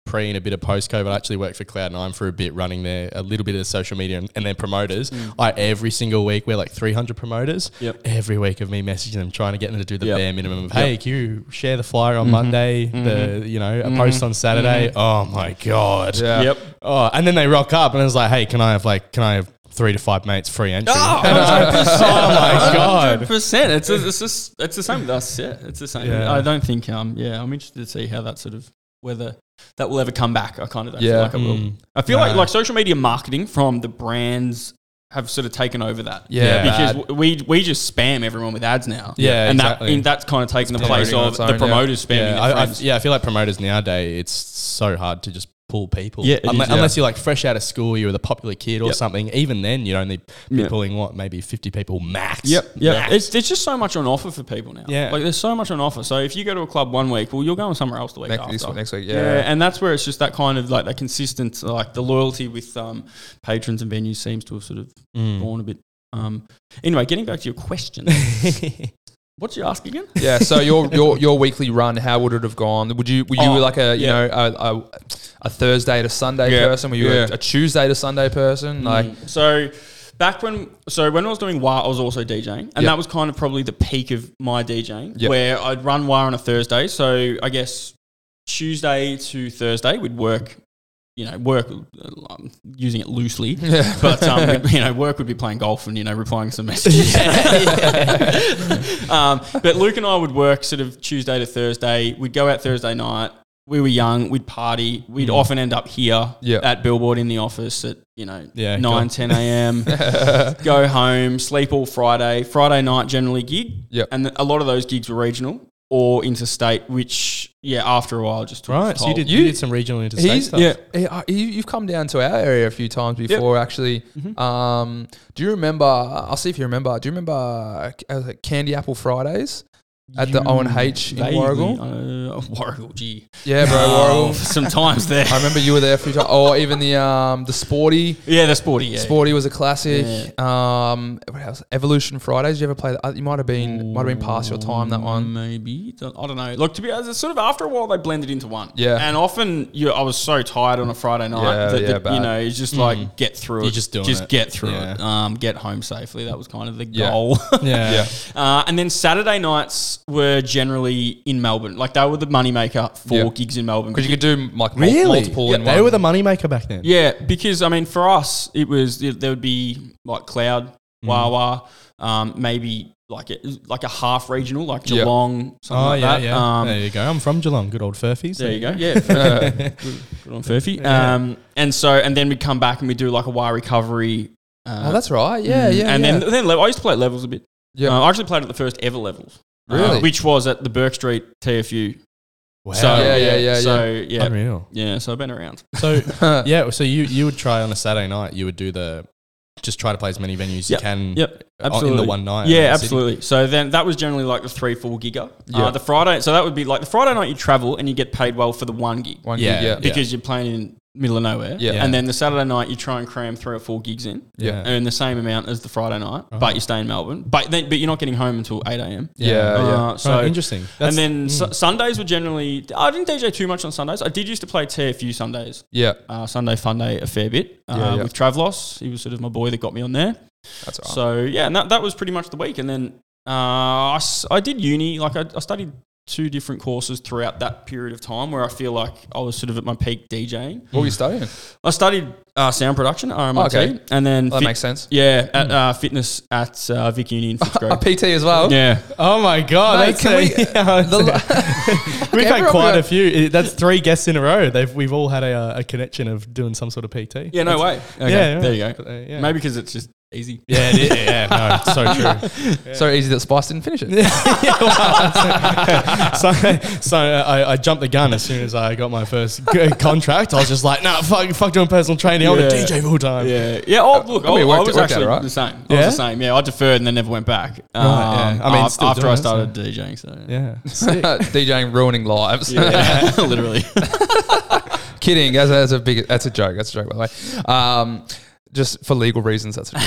pre and a bit of post COVID, I actually worked for Cloud9 for a bit, running their a little bit of social media and, and their promoters. I every single week we're like 300 promoters. Yep. Every week of me messaging them, trying to get them to do the Yep. bare minimum of hey, can you share the flyer on Mm-hmm. Monday? The you know a post on Saturday. Oh my god. Yeah. Yep. Oh, and then they rock up and it's like, hey, can I have like can I have three to five mates free Oh, entry? Ah! "Oh my God. percent. It's a, it's just it's the same with us. Yeah, it's the same. Yeah. I don't think. Um, yeah, I'm interested to see how that sort of whether that will ever come back. I kind of don't feel Yeah. like it will. Mm. I feel like No. like social media marketing from the brands have sort of taken over that. Yeah, Yeah, because bad. w- we we just spam everyone with ads now. Yeah, and that exactly. and that's kind of taken the promoting place on of its the own, yeah. promoters spamming. Yeah, their I, I, friends. yeah, I feel like promoters nowadays, it's so hard to just pull people. Yeah, it is, Unle- yeah. unless you're like fresh out of school, you're the popular kid or Yep. something. Even then, you'd only be Yeah. pulling what maybe 50 people max. Yep, yep. Max. It's, there's just so much on offer for people now. Yeah. like there's so much on offer. So if you go to a club one week, well, you're going somewhere else the week Next, after. this one next week. yeah. and that's where it's just that kind of like that consistent, like the loyalty with um, patrons and venues seems to have sort of Mm. gone a bit. Um, anyway, getting back to your question, what did you ask again? Yeah. So your your your weekly run, how would it have gone? Would you were you Oh, like a you yeah. know a, a, a Thursday to Sunday Yeah, person? Were you a- yeah. a, Tuesday to Sunday person? Like Mm. so back when so when I was doing WA, I was also DJing, Yep. and that was kind of probably the peak of my DJing, Yep. where I'd run WA on a Thursday. So I guess Tuesday to Thursday we'd work. You know, work. uh, I'm using it loosely, but um, we'd- you know, work would be playing golf and you know replying some messages. um, but Luke and I would work sort of Tuesday to Thursday. We'd go out Thursday night. We were young. We'd party. We'd often end up here Mm. Yeah. at Billboard in the office at you know Yeah, cool. nine ten a.m. go home, sleep all Friday. Friday night generally gig. Yep. And a lot of those gigs were regional or interstate, which yeah, after a while just took right. its So you toll. did, you, You- did some regional interstate he's stuff. yeah. He, I- he- you've come down to our area a few times before. Actually, Mm-hmm. um, do you remember? I'll see if you remember. Do you remember uh, uh, Candy Apple Fridays at the You O and H in vaguely- Warrigal? Uh, Warrigal, gee. Yeah, bro. Oh, Warrigal. sometimes there. I remember you were there a few times. Or even the um the sporty. Yeah, the sporty. Yeah. Sporty was a classic. Um, what else? Evolution Fridays. Did you ever play? That? Uh, You might have been might have been past your time that one. Maybe Don't- I don't know. Look, to be honest, it's sort of after a while they blended into one. Yeah. and often you, I was so tired on a Friday night Yeah, that, yeah, that, you bad. know it's just like get through You're it, just doing it. get through Yeah. it, um, get home safely. That was kind of the Yeah. goal. Yeah. Yeah. Uh, and then Saturday nights were generally in Melbourne. Like they were the moneymaker for Yeah. gigs in Melbourne. Because you could do like mul- multiple Yeah, in they one. were the moneymaker back then. Yeah, because I mean, for us, it was there there would be like Cloud, Mm-hmm. Wawa, um, maybe like a, like a half regional, like Yeah. Geelong, something Oh, like yeah, that. yeah. Um, there you go. I'm from Geelong. Good old Furfies. there you go. Yeah, good, good on Furphy. Yeah. Um, and so and then we'd come back and we'd do like a Y recovery. Uh, oh, that's right. Yeah, Mm. yeah. And yeah. then then le- I used to play at levels a bit. Yeah. Uh, I actually played at the first ever levels. uh, Really? which was at the Burke Street TFU. Wow. So Yeah, yeah, yeah, So yeah, Unreal. yeah. So I've been around. Mm. So yeah, so you you would try on a Saturday night. You would do the just try to play as many venues Yep, you can. uh, Yep, in the absolutely. one night Yeah, in the city. absolutely. So then that was generally like the three four gigger. Uh, Yeah. the Friday, so that would be like the Friday night you travel and you get paid well for the one gig one Yeah. gig, yeah. Yeah. because you're playing in middle of nowhere. Yeah. And then the Saturday night you try and cram three or four gigs in, Yeah. Uh-huh. earn the same amount as the Friday night, but you stay in Melbourne. But then but you're not getting home until eight a.m. Yeah, Yeah. yeah. Uh, so Oh, interesting. and then mm. su- Sundays were generally. I didn't DJ too much on Sundays. I did used to play TFU Sundays, yeah. uh, Sunday Funday a fair bit uh, Yeah, yeah. with Travlos. He was sort of my boy that got me on there. That's right. So yeah, and that, that was pretty much the week. And then uh, I, s- I did uni. Like I, I studied two different courses throughout that period of time where I feel like I was sort of at my peak DJing. what were you studying? I studied uh, sound production, RMIT, Okay. and then that fit- makes sense. yeah, at uh, fitness at uh, Vic Uni in fifth A grade. PT as well. Yeah, oh my god, Mate, that's can a- The l- we've had everyone quite go- a few. It- That's three guests in a row. They've we've all had a, uh, a connection of doing some sort of PT. yeah, no way. Okay, Yeah, yeah. there you go. Uh, yeah. Maybe because it's just easy. Yeah, it is. yeah, no, it's so true. So easy that Spice didn't finish it. so so uh, I, I jumped the gun as soon as I got my first g- uh, contract. I was just like, nah, fuck, fuck doing personal training. I'm a Yeah. DJ full time. Yeah, yeah. Oh, look, I, mean, it I worked- it was worked out actually alright. the same. I Yeah? was the same. Yeah, I deferred and then never went back. Um, yeah. I mean, af- still after doing I it, so- started DJing, so Yeah. DJing ruining lives. yeah, literally. Kidding. That's, that's a big. That's a joke. That's a joke, by the way. Um, just for legal reasons, that's a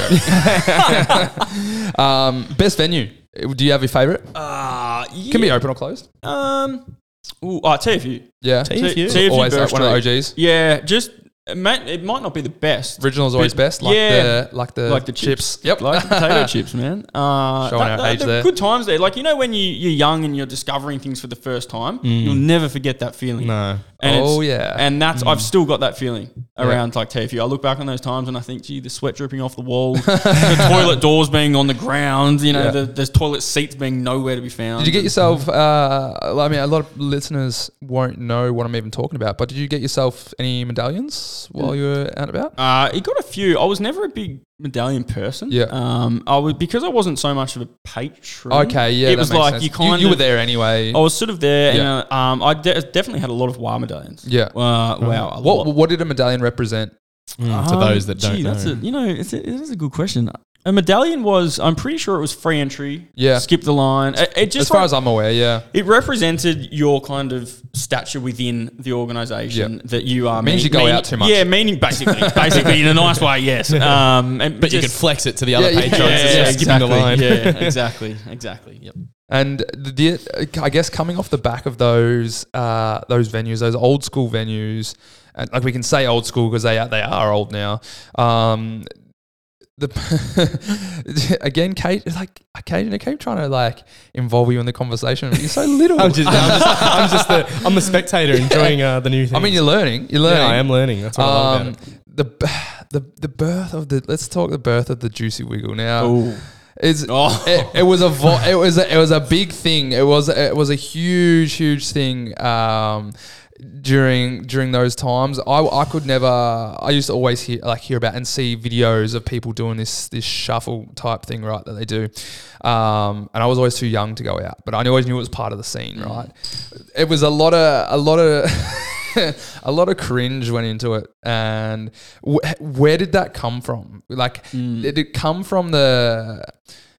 joke. um, best venue. Do you have your favorite? Uh, yeah. Can be open or closed. Um, ooh, oh, TFU. Yeah. T- TFU. TFU Always Burr like one of Street. the OGs. Yeah, just it might, it might not be the best, Original's always But- best. Like yeah. The, like the like the chips. uh, chips. Yep. like the potato chips, man. Uh, Showing our that- age they're there. Good times there. Like you know when you you're young and you're discovering things for the first time, you'll never forget that feeling. No. And it's- Mm. Oh, yeah. and that's I've still got that feeling around like TFU. I look back on those times and I think, gee, the sweat dripping off the wall, the toilet doors being on the ground, you know, Yeah. the, there's toilet seats being nowhere to be found. Did you get yourself? Uh, I mean, a lot of listeners won't know what I'm even talking about. But did you get yourself any medallions while you were out and about? Uh, he got a few. I was never a big medallion person. Yeah. Um, I was because I wasn't so much of a patron. Okay, yeah, Mm-hmm. It that was makes like sense. you Oh, kind you were of- there anyway. I was sort of there, Yeah. and uh, um, I de- definitely had a lot of WA medallions. Yeah. Uh, wow. a what lot. what did a medallion represent? Mm, to Um, those that don't gee, know. That's a, you know, it's a, it is a good question. A medallion was, I'm pretty sure it was free entry. Yeah. Skip the line. It, it just As far re- as I'm aware, yeah, it represented your kind of stature within the organisation Yep. that you are. Means you go out too much. Yeah, meaning basically, basically in a nice way. Yes. Um, and but you could just- flex it to the other Yeah, yeah, patrons. yeah, it's yeah, just skipping the line. Yeah, exactly, exactly. Yep. and the, I guess coming off the back of those uh, those venues, those old school venues, and like we can say old school because they are, they are old now. Um, the again, Kate, like Kate, I keep trying to like involve you in the conversation. But you're so little. I'm just, I'm just, I'm just the, I'm the spectator enjoying uh, the new thing. I mean, you're learning. You're yeah, learning. I am learning. That's what I love Um, about it. the b- the the birth of the let's talk the birth of the juicy wiggle now. It's, Oh. it, it was a vo- it was a, it was a big thing. It was it was a huge huge thing um, during during those times. I, I could never. I used to always hear like hear about and see videos of people doing this this shuffle type thing right that they do, um, and I was always too young to go out. But I always knew it was part of the scene. Right, it was a lot of a lot of. a lot of cringe went into it. And wh- where did that come from? Like, did it come from the,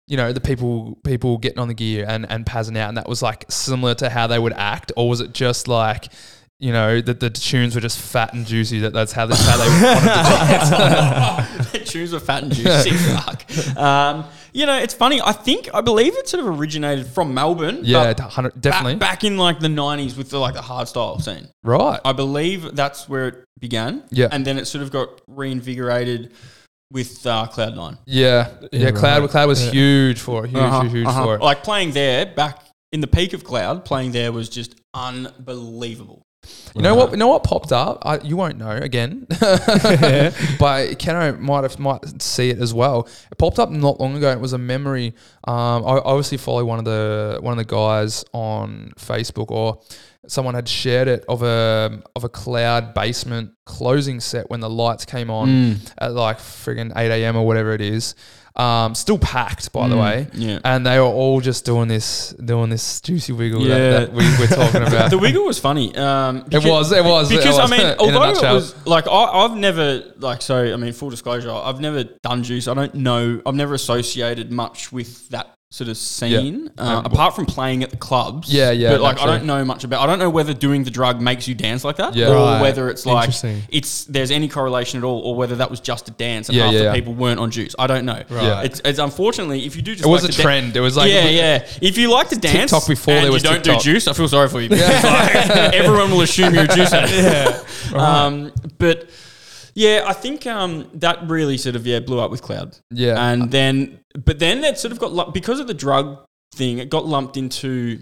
you know, the people people getting on the gear and and passing out, and that was like similar to how they would act, or was it just like? You know that the tunes were just fat and juicy. That that's how, that's how they wanted to The tunes were fat and juicy. fuck. Um, you know, it's funny. I think I believe it sort of originated from Melbourne. do. Yeah, but d- hundred- back- definitely. Back in like the '90s with the like the hard style scene. Right. I believe that's where it began. Yeah. and then it sort of got reinvigorated with uh, Cloud Nine. Yeah. Yeah. Yeah, Cloud. right. Cloud was Yeah. huge for it. Huge. Uh-huh, huge. Huge uh-huh. for it. Like playing there back in the peak of Cloud, playing there was just unbelievable. You know Uh-huh. what? You know what popped up? I, you won't know again, but Keno might have might see it as well. It popped up not long ago. It was a memory. Um, I obviously follow one of the one of the guys on Facebook, or someone had shared it of a of a cloud basement closing set when the lights came on Mm. at like friggin' eight a.m. or whatever it is. Um, still packed, by the way. Mm. yeah. and they were all just doing this, doing this juicy wiggle Yeah. that, that we, we're talking about. The wiggle was funny. Um, It was, it was, it Because was, I mean, in a although it nutshell. was like I, I've never like so. I mean, full disclosure, I've never done juice. I don't know. I've never associated much with that sort of scene uh, Um, apart from playing at the clubs. Yeah, yeah, But like, I naturally. don't know much about. I don't know whether doing the drug makes you dance like that, Yeah. or Right. whether it's like Interesting. it's there's any correlation at all, or whether that was just a dance and Yeah, half yeah, the yeah. people weren't on juice. I don't know. Yeah. It's, it's unfortunately if you do just It was like a to dan- trend. It was like- yeah, yeah. If you like to dance TikTok before and there was you don't TikTok. do juice, I feel sorry for you. Like, everyone will assume you're a juice addict. Um, but yeah, I think um, that really sort of yeah blew up with cloud. Yeah. and then but then it sort of got lump- because of the drug thing, it got lumped into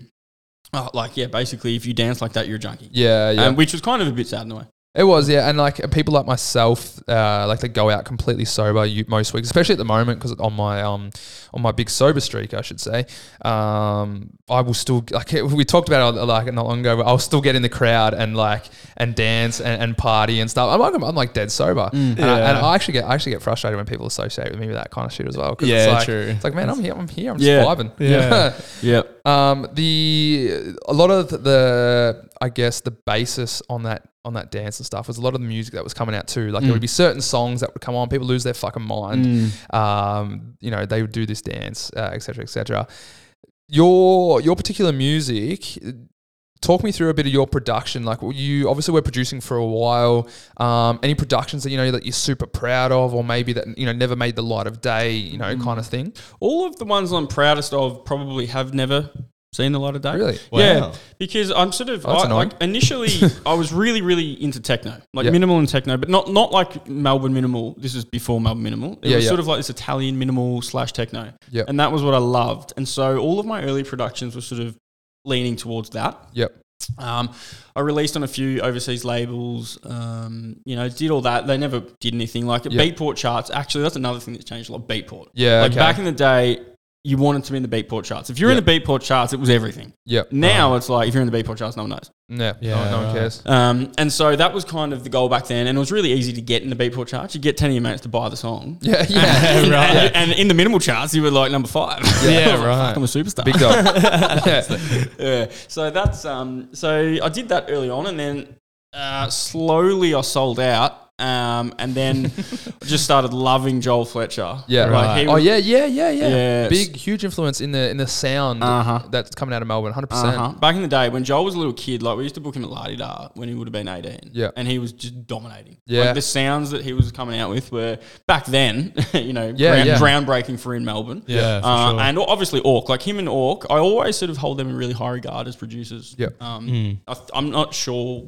oh, like yeah, basically if you dance like that, you're a junkie. yeah, yeah. Um, which was kind of a bit sad in a way. It was, yeah, and like people like myself, uh, like they go out completely sober you, most weeks, especially at the moment because on my um on my big sober streak, I should say, um, I will still like we talked about it like not long ago, but I'll still get in the crowd and like and dance and, and party and stuff. I'm like I'm like dead Mm. sober, and, I, and Yeah. I actually get I actually get frustrated when people associate with me with that kind of shit as well. 'cause Yeah, it's like, true. It's like man, I'm here, I'm here, I'm Yeah. just vibing. Yeah. Yep. Um, the a lot of the I guess the basis on that on that dance and stuff was a lot of the music that was coming out too. Like there Mm. would be certain songs that would come on, people lose their fucking mind. Um, you know, they would do this dance, uh, et cetera, et cetera. Your your particular music. Talk me through a bit of your production. Like well, you obviously were producing for a while. Um, any productions that you know that you're super proud of, or maybe that you know never made the light of day, you Mm. know, kind of thing. All of the ones I'm proudest of probably have never seen the light of day. Really? Yeah, Wow. because I'm sort of Oh, that's I, annoying. like initially I was really really into techno, like Yeah. minimal and techno, but not not like Melbourne minimal. This is before Melbourne minimal. It Yeah, was yeah. sort of like this Italian minimal slash techno, Yeah. and that was what I loved. And so all of my early productions were sort of leaning towards that. Yep. Um, I released on a few overseas labels. Um, you know, did all that. They never did anything like it. Yeah. Beatport charts. Actually, that's another thing that's changed a lot. Beatport. Yeah. Like okay. back in the day, you wanted to be in the Beatport charts. If you're Yeah. in the Beatport charts, it was everything. Yep. Now it's like if you're in the Beatport charts, no one knows. Yeah, Yeah, no, no one right. cares. Um, and so that was kind of the goal back then. And it was really easy to get in the Beatport charts. You get 10 of your mates to buy the song. Yeah, yeah, And, Right. and in the minimal charts, you were like number five. Yeah, Fuck, right. I'm a superstar. big dog. yeah. yeah. So that's um. So I did that early on, and then uh, slowly I sold out. Um, and then I just started loving Joel Fletcher. Yeah, Like, right. he Oh was- yeah, yeah, yeah, yeah. Yes. Big, huge influence in the in the sound Uh-huh. that's coming out of Melbourne, 100 Uh-huh. percent. Back in the day when Joel was a little kid, like we used to book him at Lardida when he would have been eighteen. Yeah. and he was just dominating. Yeah. like the sounds that he was coming out with were back then, you know, Yeah, ground, groundbreaking for in Melbourne. Yeah, for uh, sure. and obviously Orc, like him and Orc, I always sort of hold them in really high regard as producers. Yeah. um, I th- I'm not sure.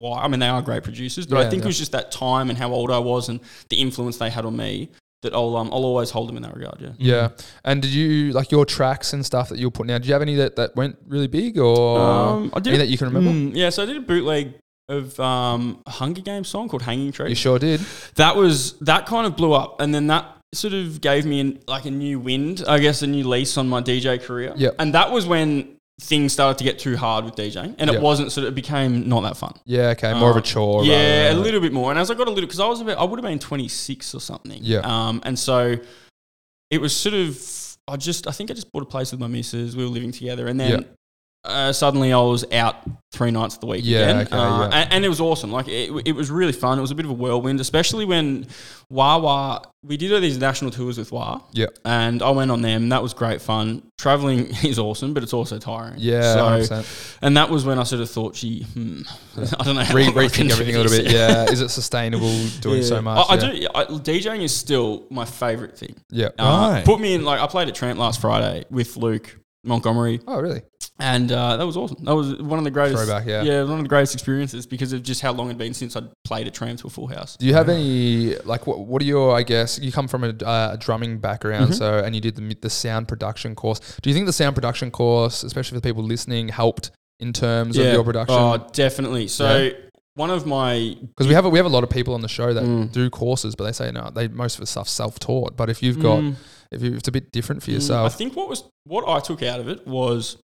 Why? I mean, they are great producers, but I Yeah, think yeah. it was just that time and how old I was and the influence they had on me that I'll um, I'll always hold them in that regard. Yeah. Yeah. And did you like your tracks and stuff that you were putting out? Did you have any that, that went really big or Um, I did Uh, any a- that you can remember? Mm, yeah, so I did a bootleg of um, a Hunger Games song called "Hanging Tree." You sure did. That was that kind of blew up, and then that sort of gave me an, like a new wind, I guess, a new lease on my DJ career. Yep. and that was when things started to get too hard with DJing, and Yeah. it wasn't sort of it became not that fun. Yeah. Okay. More of a Uh, chore. rather yeah, than- a little bit more. And as I got a little, because I was about, I would have been 26 or something. Yeah. Um, and so it was sort of, I just, I think I just bought a place with my missus. We were living together, and then. Uh, suddenly, I was out three nights of the week Yeah, again, okay, uh, yeah. and, and it was awesome. Like it, it was really fun. It was a bit of a whirlwind, especially when Wawa. We did all these national tours with Wawa, Yeah. and I went on them. That was great fun. Traveling is awesome, but it's also tiring. Yeah. So- 100%. and that was when I sort of thought, gee, hmm, I don't know. how Re- long I can rethink do everything a little this. bit. Yeah. Is it sustainable doing so much? I, I yeah. do. I, DJing is still my favorite thing. Yeah. Uh, Right. Put me in. Like I played at Tramp last Friday with Luke Montgomery, oh, really? and uh, that was awesome. That was one of the greatest. Throwback, yeah. yeah, one of the greatest experiences because of just how long it'd been since I'd played at Tramp to a full house. Do you have any like what? What are your? I guess you come from a, uh, a drumming background, Mm-hmm. so and you did the, the sound production course. Do you think the sound production course, especially for the people listening, helped in terms of your production? Oh, definitely. So one of my Because we have a, we have a lot of people on the show that Mm. do courses, but they say no, they most of the stuff self taught. But if you've got Mm. if you, it's a bit different for Mm, I yourself. think what was what I took out of it was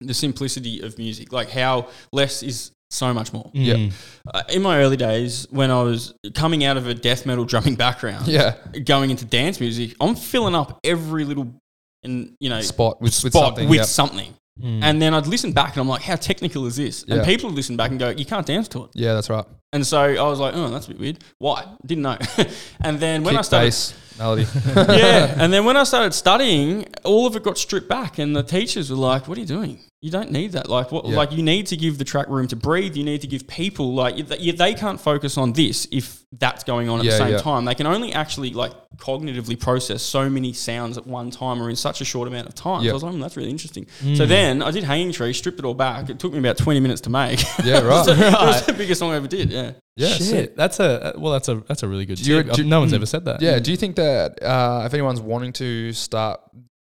the simplicity of music, like how less is so much more. Yeah. Uh, in my early days, when I was coming out of a death metal drumming background, yeah, going into dance music, I'm filling up every little and you know spot with, with spot something. with yeah. something. And then I'd listen back and I'm like, how technical is this? Yeah. And people would listen back and go, you can't dance to it. yeah, that's right. And so I was like, oh, that's a bit weird. Why? Didn't know. and then when Kick, I started bass, melody. yeah. And then when I started studying, all of it got stripped back, and the teachers were like, "What are you doing? You don't need that. Like, what? Yeah. Like, you need to give the track room to breathe. You need to give people like you- you- they can't focus on this if that's going on at Yeah, the same yeah. time. They can only actually like cognitively process so many sounds at one time or in such a short amount of time. Yeah. So I was like, "Hmm, that's really interesting. So then I did Hanging Tree, stripped it all back. It took me about twenty minutes to make. Yeah, right. it was the biggest song I ever did. Yeah. yeah, Shit, sick. that's a uh, well, that's a that's a really good. Do you- tip. do- no one's ever said that. Mm. Yeah. Do you think that uh, if anyone's wanting to start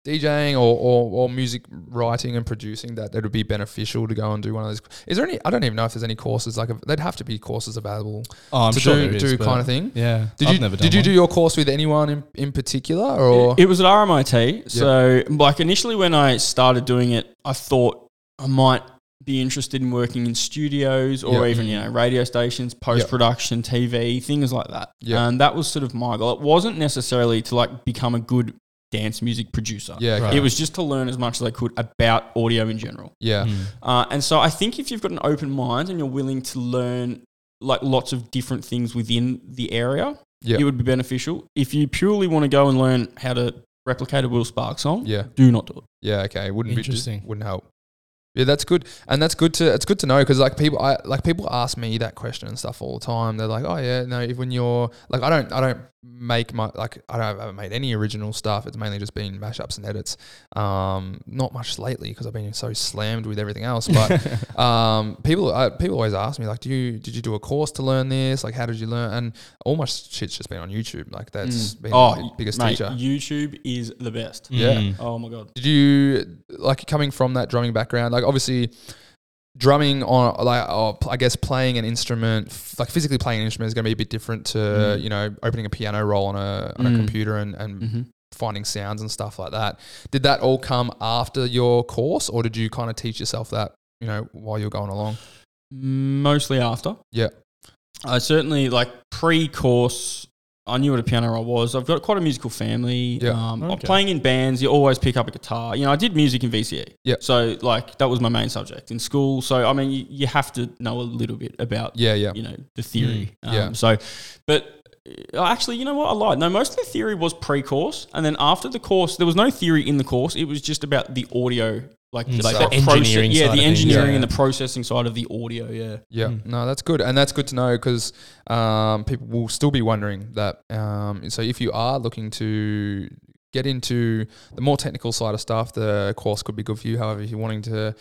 DJing or, or, or music writing and producing that it would be beneficial to go and do one of those. Is there any? I don't even know if there's any courses like there'd have to be courses available Oh, I'm to sure do, there is, do but- kind of thing. Yeah. Did I've you never done did you one. do your course with anyone in, in particular or It was at RMIT. So, like, initially when I started doing it, I thought I might be interested in working in studios or Yeah. even, you know, radio stations, post production, TV, things like that. Yeah. And that was sort of my goal. It wasn't necessarily to, like, become a good dance music producer. yeah okay. Right. It was just to learn as much as I could about audio in general. yeah Mm. Uh, and so I think if you've got an open mind and you're willing to learn like lots of different things within the area, Yeah. it would be beneficial. If you purely want to go and learn how to replicate a Will Sparks song, yeah do not do it. Yeah, okay. It wouldn't Interesting. Be, wouldn't help. Yeah, that's good, and that's good to it's good to know because like people, I like people ask me that question and stuff all the time. They're like, oh yeah, no, if when you're like, I don't, I don't make my like, I don't I haven't made any original stuff. It's mainly just been mashups and edits. Um, not much lately because I've been so slammed with everything else. But um, people, I, people always ask me like, do you did you do a course to learn this? Like, how did you learn? And all my shit's just been on YouTube. Like that's been my biggest Mm. Oh, mate, teacher. Mm. YouTube is the best. Yeah. Oh my god. did you like coming from that drumming background like obviously drumming on like or pl- i guess playing an instrument f- like physically playing an instrument is going to be a bit different to you know opening a piano roll on a, on a Mm. computer and, and finding sounds and stuff like that did that all come after your course or did you kind of teach yourself that you know while you're going along Mostly after. Yeah. I certainly like pre-course. I knew what a piano roll was. I've got quite a musical family. Yeah. Um, Okay. Playing in bands, you always pick up a guitar. You know, I did music in VCE. Yeah. So like that was my main subject in school. So I mean, you, you have to know a little bit about yeah yeah you know the theory. Mm, yeah. Um, so, but uh, actually, you know what? I lied. No, most of the theory was pre-course, and then after the course, there was no theory in the course. It was just about the audio, like, Mm, like pro- the engineering yeah, side the of things, engineering yeah. and the processing side of the audio. Yeah. Yeah, no, that's good, and that's good to know because um, people will still be wondering that. Um, so if you are looking to get into the more technical side of stuff, the course could be good for you. However, if you're wanting to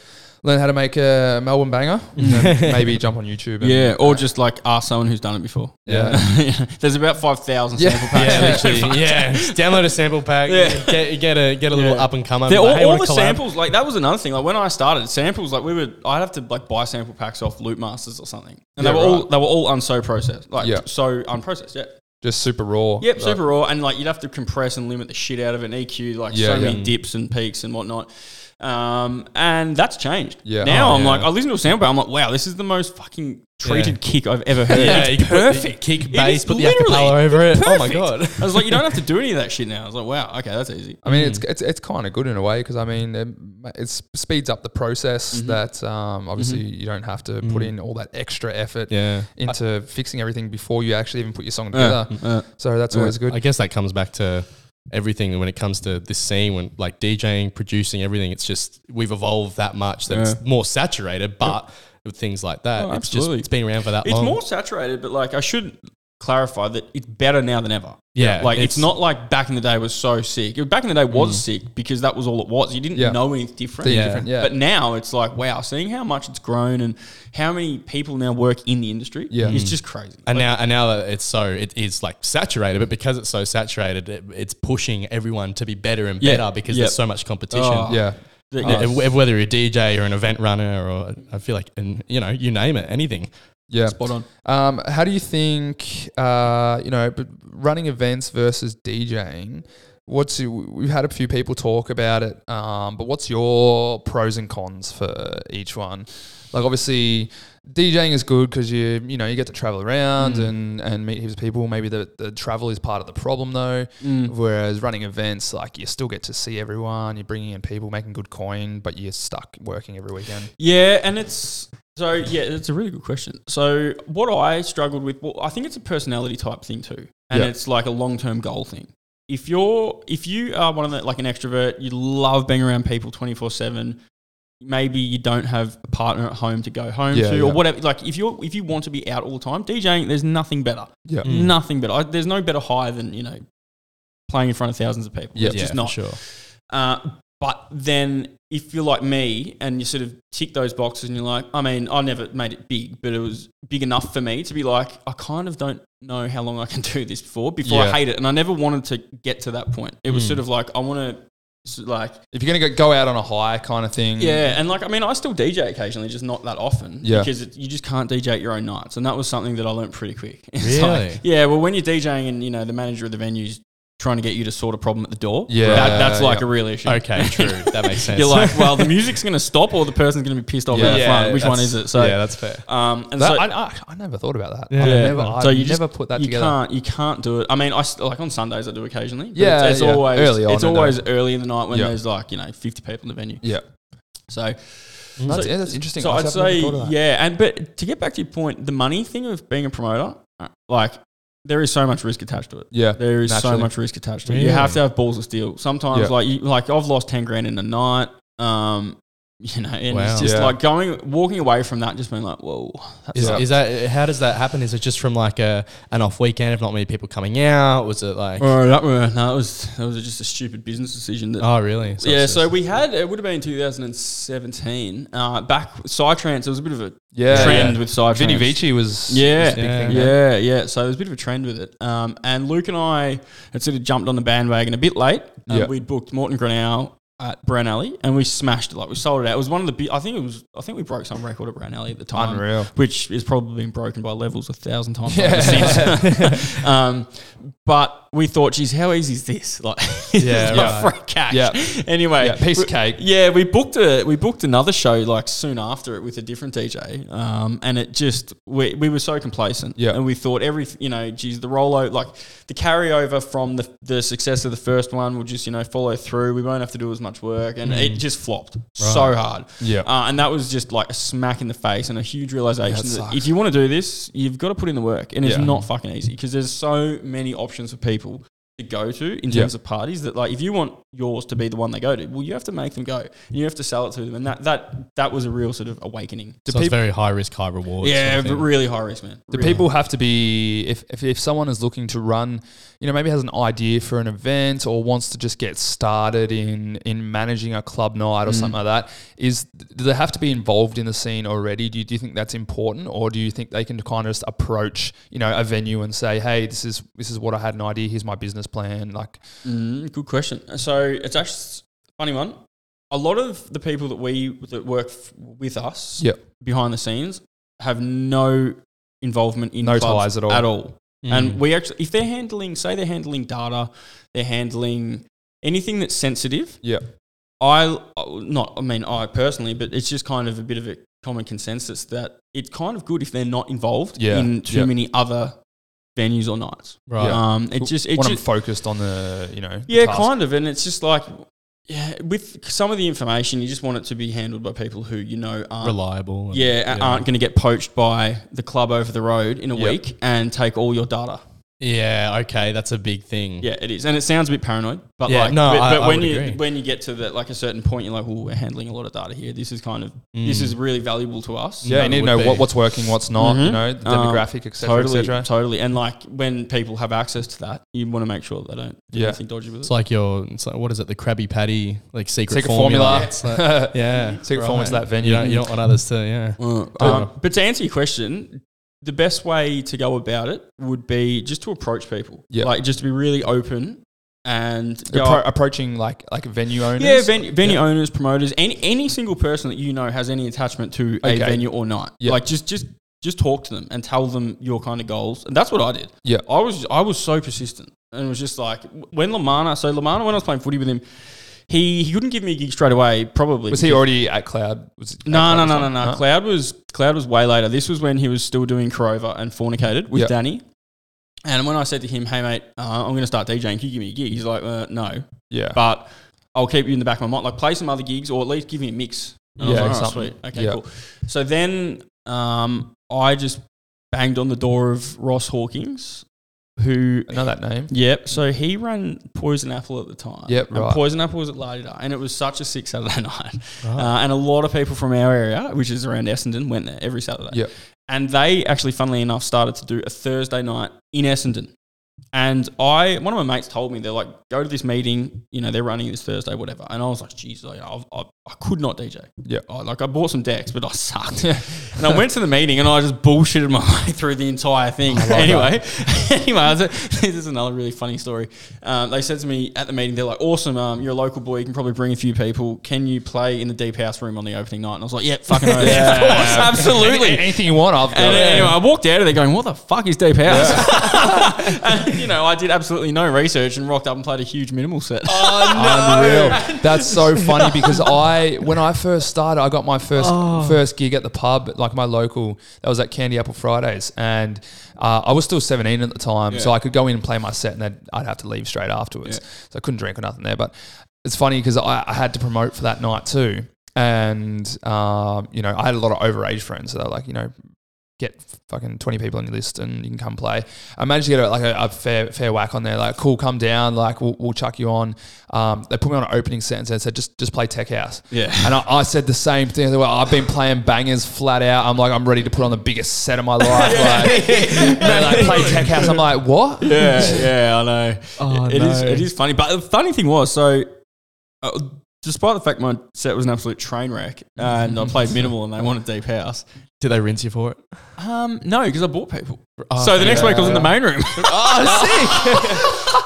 learn how to make a Melbourne banger, then maybe jump on YouTube. And, Yeah, or just like ask someone who's done it before. Yeah. Um, There's about 5,000 Yeah. sample packs. Yeah, literally. yeah. Just Download a sample pack. Yeah. Get, get a get a little Yeah. up and comer. They're Like, all, hey, all wanna the collab? samples, like that was another thing. Like when I started, samples, like we would, I'd have to like buy sample packs off Loop Masters or something, and Yeah, they were all right. they were all unso processed, like Yeah. so unprocessed. Yeah, just super raw. yep, Like, super raw, and like you'd have to compress and limit the shit out of an EQ, like Yeah, so yeah. many dips and peaks and whatnot. Um, and that's changed. Yeah. now Oh, I'm yeah. like, I listen to a sample, pack, I'm like, wow, this is the most fucking treated kick I've ever heard. Yeah, It's you can put the kick bass, is put the literally- acapella over it. Oh my perfect. god. I was like, you don't have to do any of that shit now. I was like, wow, okay, that's easy. I mean, it's Hmm. it's it's kind of good in a way because I mean, it, ma- it's speeds up the process Mm-hmm. that um, obviously you don't have to put in all that extra effort Yeah. into fixing everything before you actually even put your song Uh, together. so that's always good. I guess that comes back to everything when it comes to this scene when like DJing, producing, everything, it's just we've evolved that much that it's more saturated, but with things like that, Oh, it's just absolutely. it's been around for that It's Um, long. more saturated, but like I should clarify that it's better now than ever. Yeah, like it's, it's- not like back in the day was so sick. It- Back in the day was sick because that was all it was. You didn't Mm. Yeah. know anything different. Thing different, yeah. But now it's like wow, seeing how much it's grown and how many people now work in the industry. Yeah. it's just crazy. and now, and now that it's so, it is like saturated, but because it's so saturated, it, it's pushing everyone to be better and Yeah. better because Yeah. there's so much competition. Oh. yeah, Like, Uh, w- whether you're a DJ or an event runner, or I feel like, and you know, you name it, anything. yeah. spot on. Um, how do you think, uh, you know, but running events versus DJing? What's your- we've had a few people talk about it, um, but what's your pros and cons for each one? Like obviously, DJing is good because you you know you get to travel around Mm. and and meet heaps of people. Maybe the, the travel is part of the problem though. Mm. Whereas running events, like you still get to see everyone, you're bringing in people, making good coin, but you're stuck working every weekend. Yeah, and it's so yeah, it's a really good question. So what I struggled with, well, I think it's a personality type thing too, and Yeah. it's like a long term goal thing. If you're if you are one of the like an extrovert, you love being around people twenty four seven. Maybe you don't have a partner at home to go home Yeah, to, yeah. or whatever. Like if you are if you want to be out all the time, DJing, there's nothing better. Yeah, Nothing better. I, there's no better high than you know playing in front of thousands of people. Yeah. it's just for not. sure. Uh, but then if you're like me and you sort of tick those boxes and you're like, I mean, I never made it big, but it was big enough for me to be like, I kind of don't know how long I can do this for before I Yeah. Hmm. hate it. And I never wanted to get to that point. It was Mm. sort of like, I want to s- like If you're gonna go, go out on a high kind of thing, yeah, and like I mean, I still DJ occasionally, just not that often. Yeah. because it, you just can't DJ at your own nights, and that was something that I learned pretty quick. It's Really? yeah. Well, when you're DJing and you know the manager of the venue's trying to get you to sort a problem at the door, Yeah, that, that's like yeah. a real issue. Okay, true. That makes sense. You're like, well, the music's going to stop, or the person's going to be pissed off at the Yeah, front. Which one that's- is it? So, yeah, that's fair. um, and That- so I, I, I never thought about that. Yeah. I Yeah. never, I So you just- never put that you together. can't you can't do it. I mean, I s- like on Sundays I do occasionally. but Yeah, it's, it's yeah. always Early on it's in the- always early in the night when Yeah. there's like you know 50 people in the venue. Yeah, So that's, yeah, that's interesting. So I I'd just haven't say, thought of that. yeah, and but to get back to your point, the money thing of being a promoter, uh, like there is so much risk attached to it. yeah, There is Naturally. so much risk attached to it. You Really? have to have balls of steel. Sometimes, Yeah. like you, like I've lost ten grand in a night. Um, you know, and Wow. it's just Yeah. like going, walking away from that, just being like, whoa, that Yeah. Is, sucks. is that how does that happen? Is it just from like a an off weekend of not many people coming out? Was it like Oh, that were, no, that was that was just a stupid business decision that oh really? yeah, it's so just- we had it would have been 2017. Uh, back Psytrance, there was a bit of a yeah. trend yeah. with Psytrance. Vinny Vici was Yeah. was a big Yeah. thing. Yeah, yeah. So there's a bit of a trend with it. Um, and Luke and I had sort of jumped on the bandwagon a bit late. Um, Yeah. We'd booked Morton Grinnell at Brown Alley and we smashed it. Like we sold it out. It was one of the big, I think it was, I think we broke some record at Brown Alley at the time. unreal. Which is probably been broken by levels a thousand times Yeah. over since. um, but we thought, geez, how easy is this? Like, Yeah, yeah, right. for cash. Yeah. Anyway, Yeah, piece of we- cake. yeah, we booked a we booked another show like soon after it with a different DJ, um, and it just we, we were so complacent, Yeah. and we thought every you know, geez, the rollout like the carryover from the the success of the first one will just you know follow through. We won't have to do as much work, and it just flopped so hard, Mm. Yeah. uh, and that was just like a smack in the face and a huge realization That that, sucks. if you want to do this, you've got to put in the work, and it's Yeah. not fucking easy because there's so many options for people to go to in Yeah. terms of parties that like if you want yours to be the one they go to well you have to make them go and you have to sell it to them and that that that was a real sort of awakening So Do it's people- very high risk, high reward. yeah sort of but thing. really high risk man Do Really. people have to be if, if if someone is looking to run, you know, maybe has an idea for an event or wants to just get started in in managing a club night Mm. or something like that? Is do they have to be involved in the scene already? Do you, do you think that's important, or do you think they can kind of just approach you know a venue and say, hey, this is this is what I had an idea. Here's my business plan. Like, Mm, good question. So it's actually s- funny one. A lot of the people that we that work f- with us Yep. behind the scenes have no involvement in No clubs ties at all. At all. And Mm. we actually, if they're handling, say they're handling data, they're handling anything that's sensitive. Yep. I uh, not. I mean, I personally, but it's just kind of a bit of a common consensus that it's kind of good if they're not involved Yeah, in too yeah. many other venues or nights. right. Um, it just it when just, I'm focused on the you know, the yeah, task. kind of, and it's just like, yeah, with some of the information, you just want it to be handled by people who you know aren't, Reliable. and- yeah, a- uh, aren't going to get poached by the club over the road in a Yep. week and take all your data. Yeah. Okay, that's a big thing. Yeah, it is, and it sounds a bit paranoid, but Yeah, like, no, but, I- but I when would you agree. when you get to that like a certain point, you're like, well, we're handling a lot of data here. This is kind of this Mm. is really valuable to us. Yeah, you It need to would know be. Mm-hmm. what, what's working, what's not. You Mhm. know, the Um, demographic, etc., totally, etc. totally, and like when people have access to that, you want to make sure they don't do Yeah. anything dodgy with it. It's like your. It's like what is it? The Krabby Patty like secret, Secret formula. formula. It's like- yeah. Secret formula to that venue. You don't, you don't want others to. Yeah. Uh, Don't know. um, but to answer your question, the best way to go about it would be just to approach people. Yeah. Like just to be really open and go Appro- approaching like like venue owners. yeah, venue, venue owners, promoters, any any single person that you know has any attachment to Okay. a venue or not. Yeah. Like just just just talk to them and tell them your kind of goals. And that's what I did. Yeah. I was I was so persistent and it was just like when Lamana. So Lamana, when I was playing footy with him, he he couldn't give me a gig straight away. Probably Was he already at Cloud? Was it no, at no, Cloud no, or no, something? no. Cloud was Cloud was way later. This was when he was still doing Crover and Fornicated with Yeah. Danny. And when I said to him, "Hey mate, uh, I'm going to start DJing. Can you give me a gig?" He's like, uh, "No, Yeah. but I'll keep you in the back of my mind. Like play some other gigs, or at least give me a mix." And I was Yeah, like, "Alright, something. sweet. Okay, Yeah. cool. So then um, I just banged on the door of Ross Hawkins, who I know that name. Yep. So he ran Poison Apple at the time. Yep, And right. Poison Apple was at Ladida, and it was such a sick Saturday night. Right. Uh, and a lot of people from our area, which is around Essendon, went there every Saturday. Yep. And they actually, funnily enough, started to do a Thursday night in Essendon. And I, one of my mates told me they're like, go to this meeting. You know, they're running this Thursday, whatever. And I was like, jeez, like, I, I, I could not DJ. Yeah. I, like I bought some decks, but I sucked. and I went to the meeting and I just bullshitted my way through the entire thing. Anyway, anyway, I was at- this is another really funny story. Um, they said to me at the meeting, they're like, "Awesome, um, you're a local boy. You can probably bring a few people. Can you play in the deep house room on the opening night?" And I was like, "Yeah, fucking oath. of course, absolutely." Anything you want, I've got. And it. anyway, I walked out of there going, "What the fuck is Deep House?" and you know, I did absolutely no research and rocked up and played a huge minimal set. Unreal. That's so funny because I, when I first started, I got my first first gig at the pub, like my local. That was at Candy Apple Fridays, and uh, I was still 17 at the time, so I could go in and play my set, and then I'd have to leave straight afterwards. So I couldn't drink or nothing there. But it's funny because I, I had to promote for that night too, and um, you know, I had a lot of overage friends, so they're like, you know. Get fucking twenty people on your list, and you can come play. I managed to get a, like a, a fair fair whack on there. Like, cool, come down. Like, we'll, we'll chuck you on. Um, they put me on an opening sentence and said, just just play tech house. Yeah. And I, I said the same thing. Well, I've been playing bangers flat out. I'm like, I'm ready to put on the biggest set of my life. Like, they like play tech house. I'm like, what? yeah, yeah, I know. Oh, It is. no. It is funny. But the funny thing was, so uh, despite the fact my set was an absolute train wreck and I played minimal and they wanted deep house. Did they rinse you for it? Um, no, because I bought people. Oh, so the next yeah. week I was in the main room.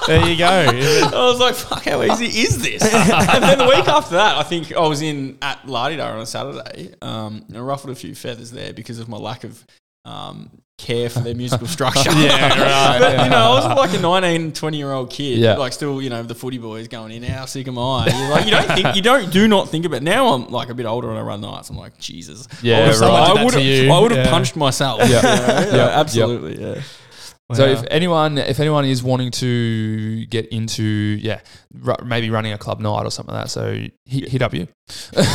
There you go. I was like, "Fuck, how easy is this?" and then the week after that, I think I was in at Lardidar on a Saturday. Um, and I ruffled a few feathers there because of my lack of. Um, care for their musical structure. yeah, right. But, you know, I was like a 19, 20 year old kid, Yeah. like still, you know, the footy boys going in, how sick am I? You're like, you don't think, you don't, do not think about Now I'm like a bit older and I run nights. I'm like, Jesus. Yeah, I would've- right. Someone did that I to would have you. I would have Yeah. punched myself. Yeah. You know? Yeah. absolutely. Yeah. So Wow. if anyone if anyone is wanting to get into yeah ru- maybe running a club night or something like that, so hit, hit up you.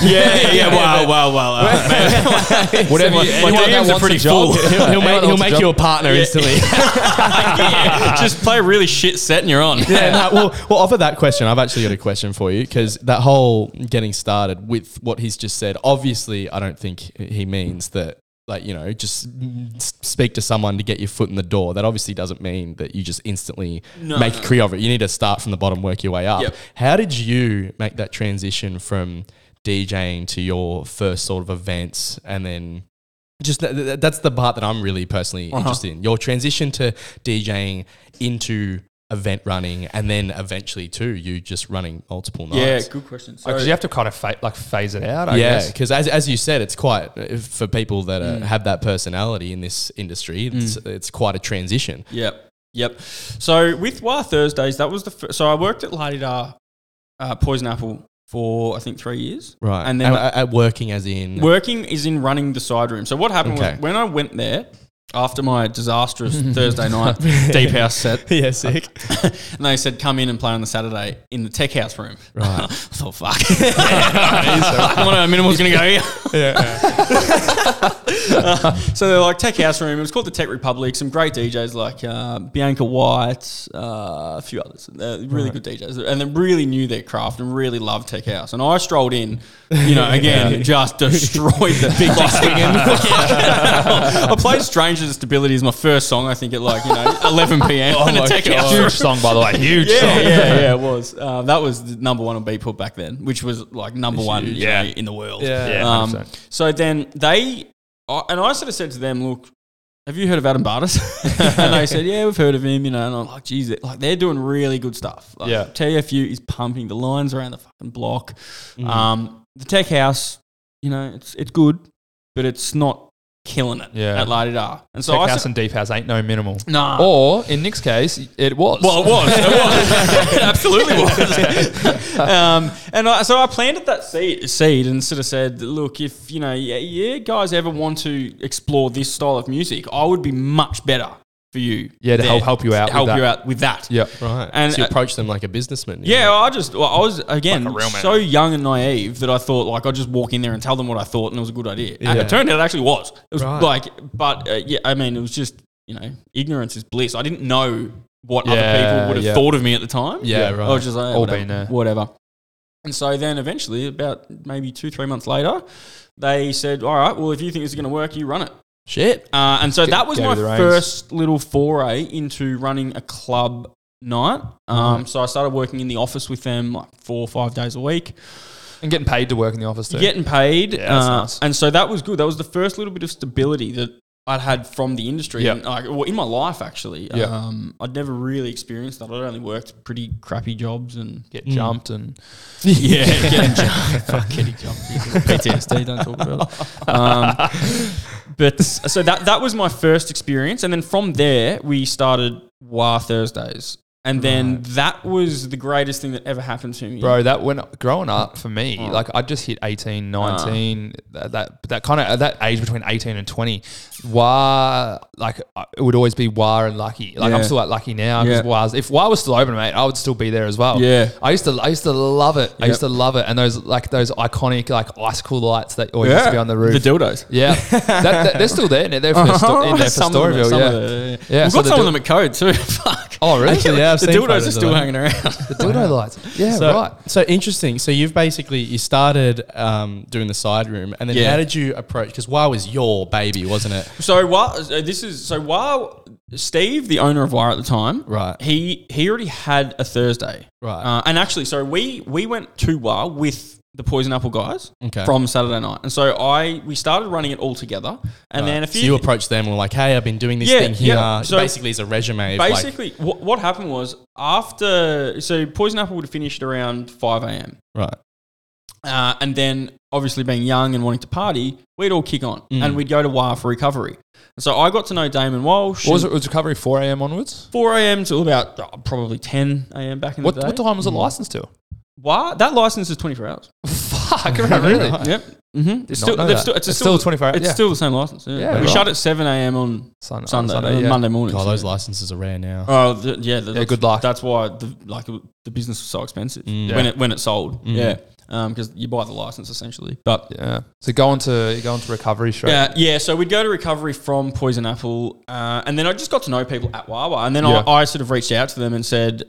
Yeah, yeah, wow, wow, wow. Whatever. you- anyone that DMs are wants a pretty job. He'll, full. he'll Anyone that make, he'll wants a make job. you a partner instantly. Just play a really shit set and you're on. yeah, no, well, well, off of that question, I've actually got a question for you because that whole getting started with what he's just said, obviously, I don't think he means that, like, you know, just mm, s- speak to someone to get your foot in the door. That obviously doesn't mean that you just instantly make a career of it. You need to start from the bottom, work your way up. Yep. How did you make that transition from DJing to your first sort of events and then just that, that- that's the part that I'm really personally interested in. Your transition to DJing into event running, and then eventually to you just running multiple Yeah, nights. good question. So, Because Oh, you have to kind of fa- like phase it out. I Yeah, guess. because as, as you said, it's quite if- for people that uh have that personality in this industry. It's, it's quite a transition. Yep. Yep. So with Wah Thursdays, that was the first. So I worked at Ladida uh, Poison Apple for I think three years. Right, And and then- then at, at working as in Working is in running the side room. So what happened Okay. was when I went there after my disastrous Thursday night deep house set, yeah, sick. and they said come in and play on the Saturday in the tech house room. Right. I thought fuck. I want to minimal's going to go here. So they're like Tech House Room. It was called the Tech Republic. Some great DJs like uh, Bianca White, uh, a few others. Uh, really good DJs, and they really knew their craft and really loved Tech House. And I strolled in, you know, again, just destroyed the big I played Stranger to Stability as my first song. I think at like you know 11 p.m. Oh, in a my Tech God. House room. huge song by the way, huge Oh Yeah, song. yeah, yeah, it was. Uh, that was the number one on Beatport back then, which was like number one you know, in the world. Yeah, Um, 100%. so then they, I and I sort of said to them, look, have you heard of Adam Bartis? and they said, yeah, we've heard of him, you know. And I'm like, geez, it- like they're doing really good stuff. Like, Yeah. TFU is pumping the lines around the fucking block. Mm-hmm. Um, the tech house, you know, it's it's good, but it's not killing it Yeah. at La Di Da. And so Tech I Ah. house said, and deep house ain't no minimal. nah. Or in Nick's case, it was. Well, it was. It was. It absolutely was. um, and I, so I planted that seed, seed and sort of said, look, if you know, yeah, yeah, guys ever want to explore this style of music, I would be much better for you. Yeah, to there, help- help you out with help that. you out with that. yeah. right, And, and so you uh, approach them like a businessman. you Yeah, know? I just well, I was again Like a real man. so young and naive that I thought like I'd just walk in there and tell them what I thought and it was a good idea. And Yeah. it turned out it actually was. It was Right. like, but uh, yeah, I mean, it was just you know, ignorance is bliss. I didn't know what other Yeah, people would have yeah. thought of me at the time. yeah, Yeah. right. I was just like, All whatever, been there. whatever. And so then eventually, about maybe two, three months later, they said, all right, well, if you think this is going to work, you run it. Shit. Uh, and so G- that was gave my you the reins. first little foray into running a club night. Um, Right. So I started working in the office with them like four or five days a week, and getting paid to work in the office too. getting paid. Yeah, that's uh, nice. And so that was good. That was the first little bit of stability that I'd had from the industry, Yeah. and, like, well, in my life actually. Yeah. Um, I'd never really experienced that. I'd only worked pretty crappy jobs and Get Mm. jumped and yeah, getting jumped. Fuck, getting jumped. PTSD. Don't talk about it. Um, but so that that was my first experience, and then from there we started Wah Thursdays, and then that was the greatest thing that ever happened to me. bro, that when growing up for me, Mm. like I just hit 18, Ah. 19, that that, that kind of that age between 18 and 20, wah, like I- it would always be wah and lucky. Like Yeah. I'm still at lucky now Yeah. because wah's if wah was still open, mate, I would still be there as well. Yeah. I used to I used to love it. I Yep. used to love it, and those like those iconic like icicle lights that always used to be on the roof. The dildos. Yeah, that, that, they're still there. and They're there for, sto- in there for Some of them, Storyville. some of Yeah. them, Yeah, We've so got the some dil- of them at Code too. Fuck. Oh, really? Actually, yeah, I've the seen dildos photos are of still that. hanging around. The dildo lights. Yeah, So, right. so interesting. So you've basically you started um, doing the side room, and then Yeah. how did you approach? Because Wah was your baby, wasn't it? So while uh, this is so while Steve, the owner of Wire at the time, Right. He he already had a Thursday, Right. Uh, and actually, so we we went to Wire with the Poison Apple guys Okay. from Saturday night, and so I we started running it all together, and then a so few. you approached them and were like, "Hey, I've been doing this Yeah, thing here." yeah. So basically, as a resume. of, like- Basically, what, what happened was after so Poison Apple would have finished around five a.m. right. Uh, and then, obviously, being young and wanting to party, we'd all kick on Mm. and we'd go to WAR for recovery. And so I got to know Damon Walsh. What was and it? Was recovery 4 a.m. onwards? 4 a.m. till about oh, probably 10 a.m. back in What, the day. Hmm. what time was it licensed to? WAR, that license is 24 hours. Fuck, right, really? Right. Yep. Mm-hmm. It's, still, know they've that. still, it's, It's still, still 24 hours, It's yeah. still the same license. Yeah. Yeah, we right. shut at 7 a.m. on Sun- on Sunday, uh, Sunday, yeah. Monday morning. God, those licenses are rare now. Oh the, yeah, the, Yeah, good luck. That's why the like the business was so expensive Mm. when Yeah. it when it sold. Mm. Yeah, because you buy the license essentially. But Yeah. So go on to you go on to recovery straight. Yeah, yeah. So we'd go to recovery from Poison Apple, uh, and then I just got to know people at Wawa, and then Yeah. I, I sort of reached out to them and said,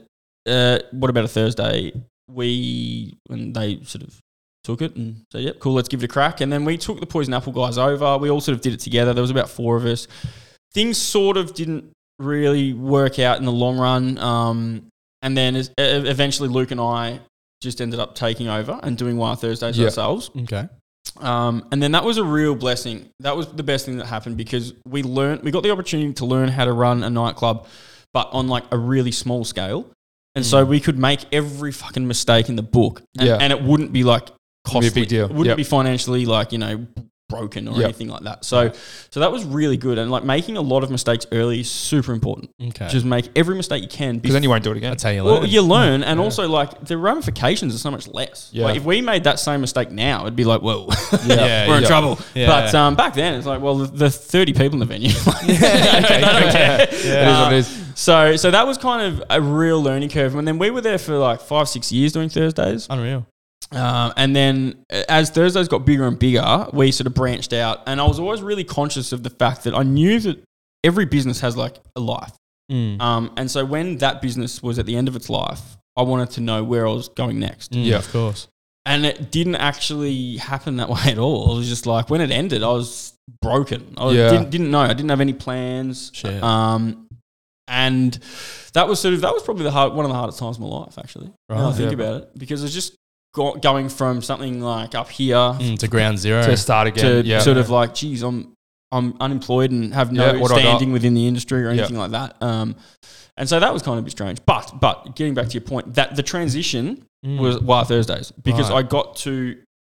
uh, "What about a Thursday?" We and they sort of took it and said, "Yep, cool, let's give it a crack." And then we took the Poison Apple guys over. We all sort of did it together. There was about four of us. Things sort of didn't really work out in the long run, um, and then as, e- eventually Luke and I just ended up taking over and doing Wild Thursdays Yeah. ourselves. Okay. Um, and then that was a real blessing. That was the best thing that happened because we learned, we got the opportunity to learn how to run a nightclub, but on like a really small scale. And so we could make every fucking mistake in the book, and, Mm. Yeah. and it wouldn't be like be costly. a big deal. It wouldn't Yep. be financially like you know broken or Yep. anything like that. So, so that was really good. And like making a lot of mistakes early is super important. Okay. Just make every mistake you can. Because then you won't do it again. That's how you learn. Well, you learn, and also like the ramifications are so much less. Yeah. Like if we made that same mistake now, it'd be like, whoa, Yeah, we're in yeah. trouble. Yeah. But um, back then, it's like, well, the, the thirty people in the venue. like, they don't care. It is what it is. So, so that was kind of a real learning curve, and then we were there for like five, six years doing Thursdays, Unreal. um, and then uh, as Thursdays got bigger and bigger, we sort of branched out, and I was always really conscious of the fact that I knew that every business has like a life. Mm. Um, and so when that business was at the end of its life, I wanted to know where I was going next. Mm, Yeah. Of course. And it didn't actually happen that way at all. It was just like when it ended, I was broken. I Yeah. didn't, didn't know. I didn't have any plans. Shit. Um, and that was sort of that was probably the hard, one of the hardest times of my life actually. Now I Right. think Yeah. about it because it's just got going from something like up here Mm, to ground zero. To start to again. yeah. sort of like, geez, I'm I'm unemployed and have no Yeah, what do I got? standing within the industry or Yeah. anything like that. Um, and so that was kind of a bit strange. But but getting back to your point, that the transition Mm. was Wow Thursdays because Right. I got to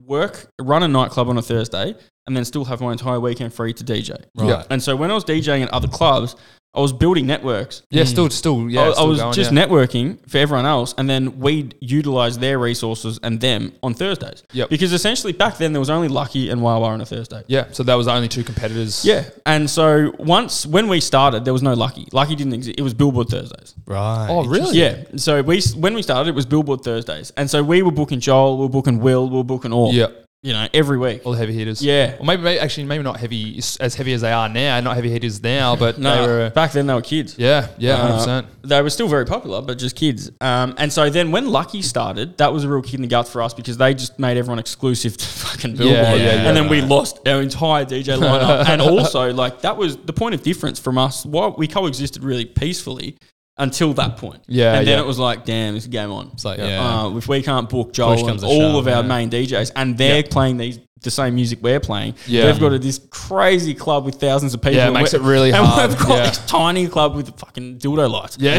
work, run a nightclub on a Thursday, and then still have my entire weekend free to DJ. right. Yeah. And so when I was DJing at other clubs, I was building networks. yeah, still still yeah. I, I still was going, just yeah. networking for everyone else, and then we'd utilize their resources and them on Thursdays. Yep. Because essentially back then there was only Lucky and Wawa on a Thursday. Yeah. So that was the only two competitors. Yeah. And so once when we started, there was no Lucky. Lucky didn't exist. It was Billboard Thursdays. Right. Oh really? Yeah. So we when we started, it was Billboard Thursdays, and so we were booking Joel, we were booking Will, we were booking all. Yeah. you know, every week. All the heavy hitters. Yeah. Or maybe, maybe actually maybe not heavy as heavy as they are now. Not heavy hitters now, but No, they were. uh, back then they were kids. Yeah, yeah, hundred percent. Uh, They were still very popular, but just kids. Um, and so then when Lucky started, that was a real kick in the guts for us because they just made everyone exclusive to fucking Billboard. yeah, yeah, and then we lost our entire DJ lineup. and also, like, that was the point of difference from us. Why we coexisted really peacefully until that point. Yeah, And then yeah. it was like, damn, it's game on. It's like, Yeah. yeah. Uh, if we can't book Joel comes and to all shove, of our yeah. main DJs, and they're playing these the same music we're playing, Yeah. we've got a, this crazy club with thousands of people. Yeah, it and makes we're- it really and hard, we've got yeah. this tiny club with fucking dildo lights. Yeah,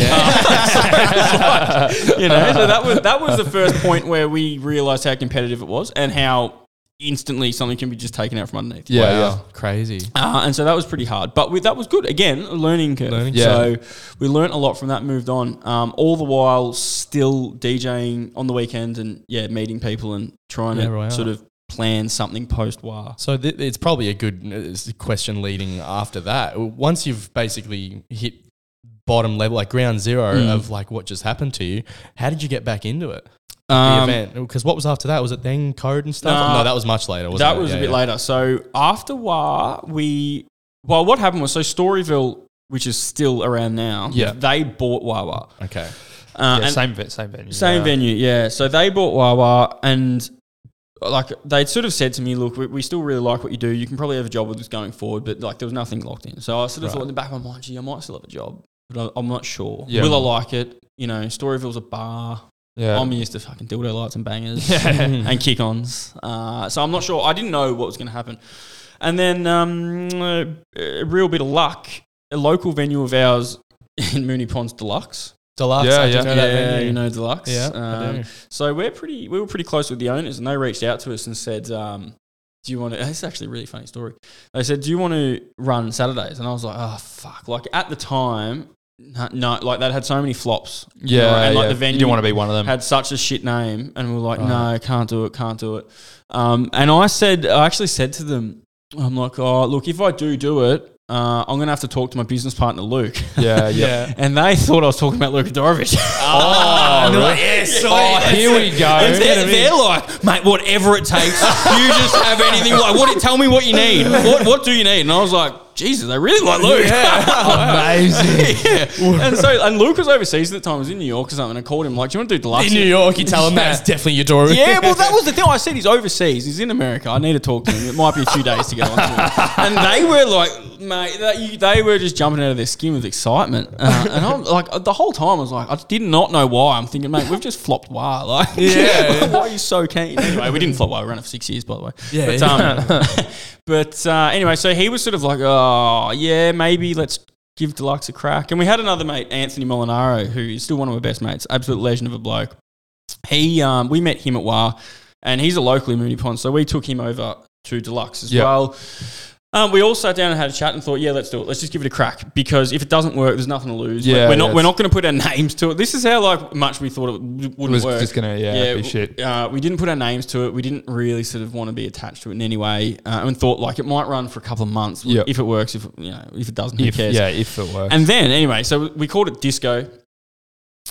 you know. So that was that was the first point where we realised how competitive it was and how instantly something can be just taken out from underneath. yeah, wow. yeah. Crazy. Uh, and so that was pretty hard, but we, that was good. Again, a learning curve. Learning curve. So we learnt a lot from that. Moved on. Um, all the while still DJing on the weekends and yeah, meeting people and trying Yeah, to right. sort of plan something post war. So th- it's probably a good uh, question leading after that. Once you've basically hit bottom level, like ground zero of like what just happened to you, how did you get back into it? The Um, event? Because what was after that? Was it then code and stuff? Nah. no, that was much later. Wasn't that it? was Yeah, a bit yeah. later. So after war, we well, what happened was so Storyville, which is still around now, Yeah. they bought Wawa. Okay. Uh, Yeah, and- same ve- same venue. Same yeah. venue, yeah. So they bought Wawa and like they'd sort of said to me, look, we, we still really like what you do. You can probably have a job with us going forward, but like there was nothing locked in. So I sort of thought in the back of my mind, gee, I might still have a job, but I, I'm not sure. Yeah. Will I like it? You know, Storyville's a bar. Yeah. I'm used to fucking dildo lights and bangers Yeah. and kick ons. Uh, so I'm not sure. I didn't know what was going to happen. And then um, a real bit of luck, a local venue of ours in Mooney Ponds Deluxe. Deluxe. Yeah, I did yeah. know that venue. you know Deluxe. Yeah, I Um, do. so we're pretty, we were pretty close with the owners, and they reached out to us and said, um, "Do you want to?" It's actually a really funny story. They said, "Do you want to run Saturdays?" And I was like, "Oh fuck!" Like at the time, no, no like that had so many flops. you know, Yeah, and like yeah. the venue You didn't want to be one of them. had such a shit name, and we were like, "No, can't do it, can't do it." Um, and I said, I actually said to them, "I'm like, oh look, if I do do it." Uh, I'm gonna have to talk to my business partner Luke, yeah, yeah. and they thought I was talking about Luke Dorovich. Oh, And they're really? like, yes, Oh, here we go. and they're, they're like, mate, whatever it takes, you just have anything. Like, what? Tell me what you need. What? What do you need? And I was like, Jesus, they really like Luke. Oh, Amazing. Yeah. And so, and Luke was overseas at the time. He was in New York or something. I called him like, do you want to do deluxe? In New York, you tell them that's definitely your door. Yeah, well, that was the thing. I said he's overseas. He's in America. I need to talk to him. It might be a few days to get on to him. And they were like, mate, they, they were just jumping out of their skin with excitement. Uh, and I'm like, the whole time I was like, I did not know why. I'm thinking, mate, we've just flopped wire. Like, Yeah. why are you so keen? Anyway, we didn't flop wire. We ran it for six years, by the way. Yeah, But, Um, but uh, anyway, so he was sort of like, oh, yeah, maybe let's. Give Deluxe a crack. And we had another mate, Anthony Molinaro, who is still one of my best mates, absolute legend of a bloke he um, we met him at WA, and he's a local in Mooney Pond, so we took him over to Deluxe as Yeah. well. Um, we all sat down and had a chat and thought, yeah, let's do it. Let's just give it a crack because if it doesn't work, there's nothing to lose. Yeah, we're not yeah, we're it's- not going to put our names to it. This is how like much we thought it w- wouldn't was work. just gonna yeah, be w- shit. Uh, we didn't put our names to it. We didn't really sort of want to be attached to it in any way, uh, and thought like it might run for a couple of months. Yeah. If it works, if you know, if it doesn't, who If, cares? yeah, if it works. And then anyway, so we called it disco,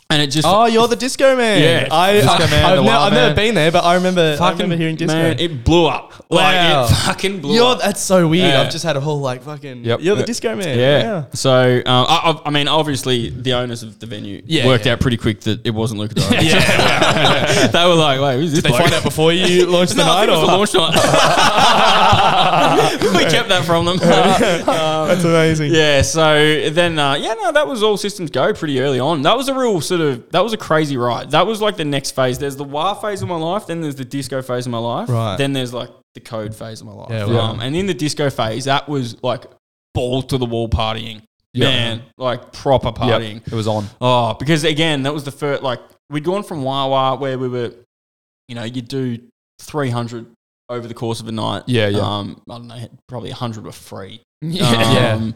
and it just Oh, you're the disco man. Yeah. I, Disco I, man, I've, the ne- wild I've never man. been there, but I remember. I remember hearing disco. Man, it blew up. Like Wow. it fucking blew You're, up. that's so weird. Yeah. I've just had a whole like fucking. Yep. You're the Yeah. disco man. yeah. So uh, I, I- I mean, obviously the owners of the venue Yeah, worked yeah. out pretty quick that it wasn't Luca Dora. they were like, "Wait, who's this?" bloke? before you launch No, I think it was the launch night. we kept that from them. Um, That's amazing. yeah. So then, uh, yeah, no, that was all systems go pretty early on. That was a real sort of that was a crazy ride. That was like the next phase. There's the wah phase of my life. Then there's the disco phase of my life. Right. Then there's like the code phase of my life. Yeah, wow. um, and in the disco phase, that was like ball to the wall partying. Yeah. Man, like proper Yep, partying. it was on. Oh, because again, that was the first, like, we'd gone from Wawa where we were, you know, you'd do 300 over the course of a night. Yeah, yeah. Um, I don't know, probably 100 were free. Yeah. Um,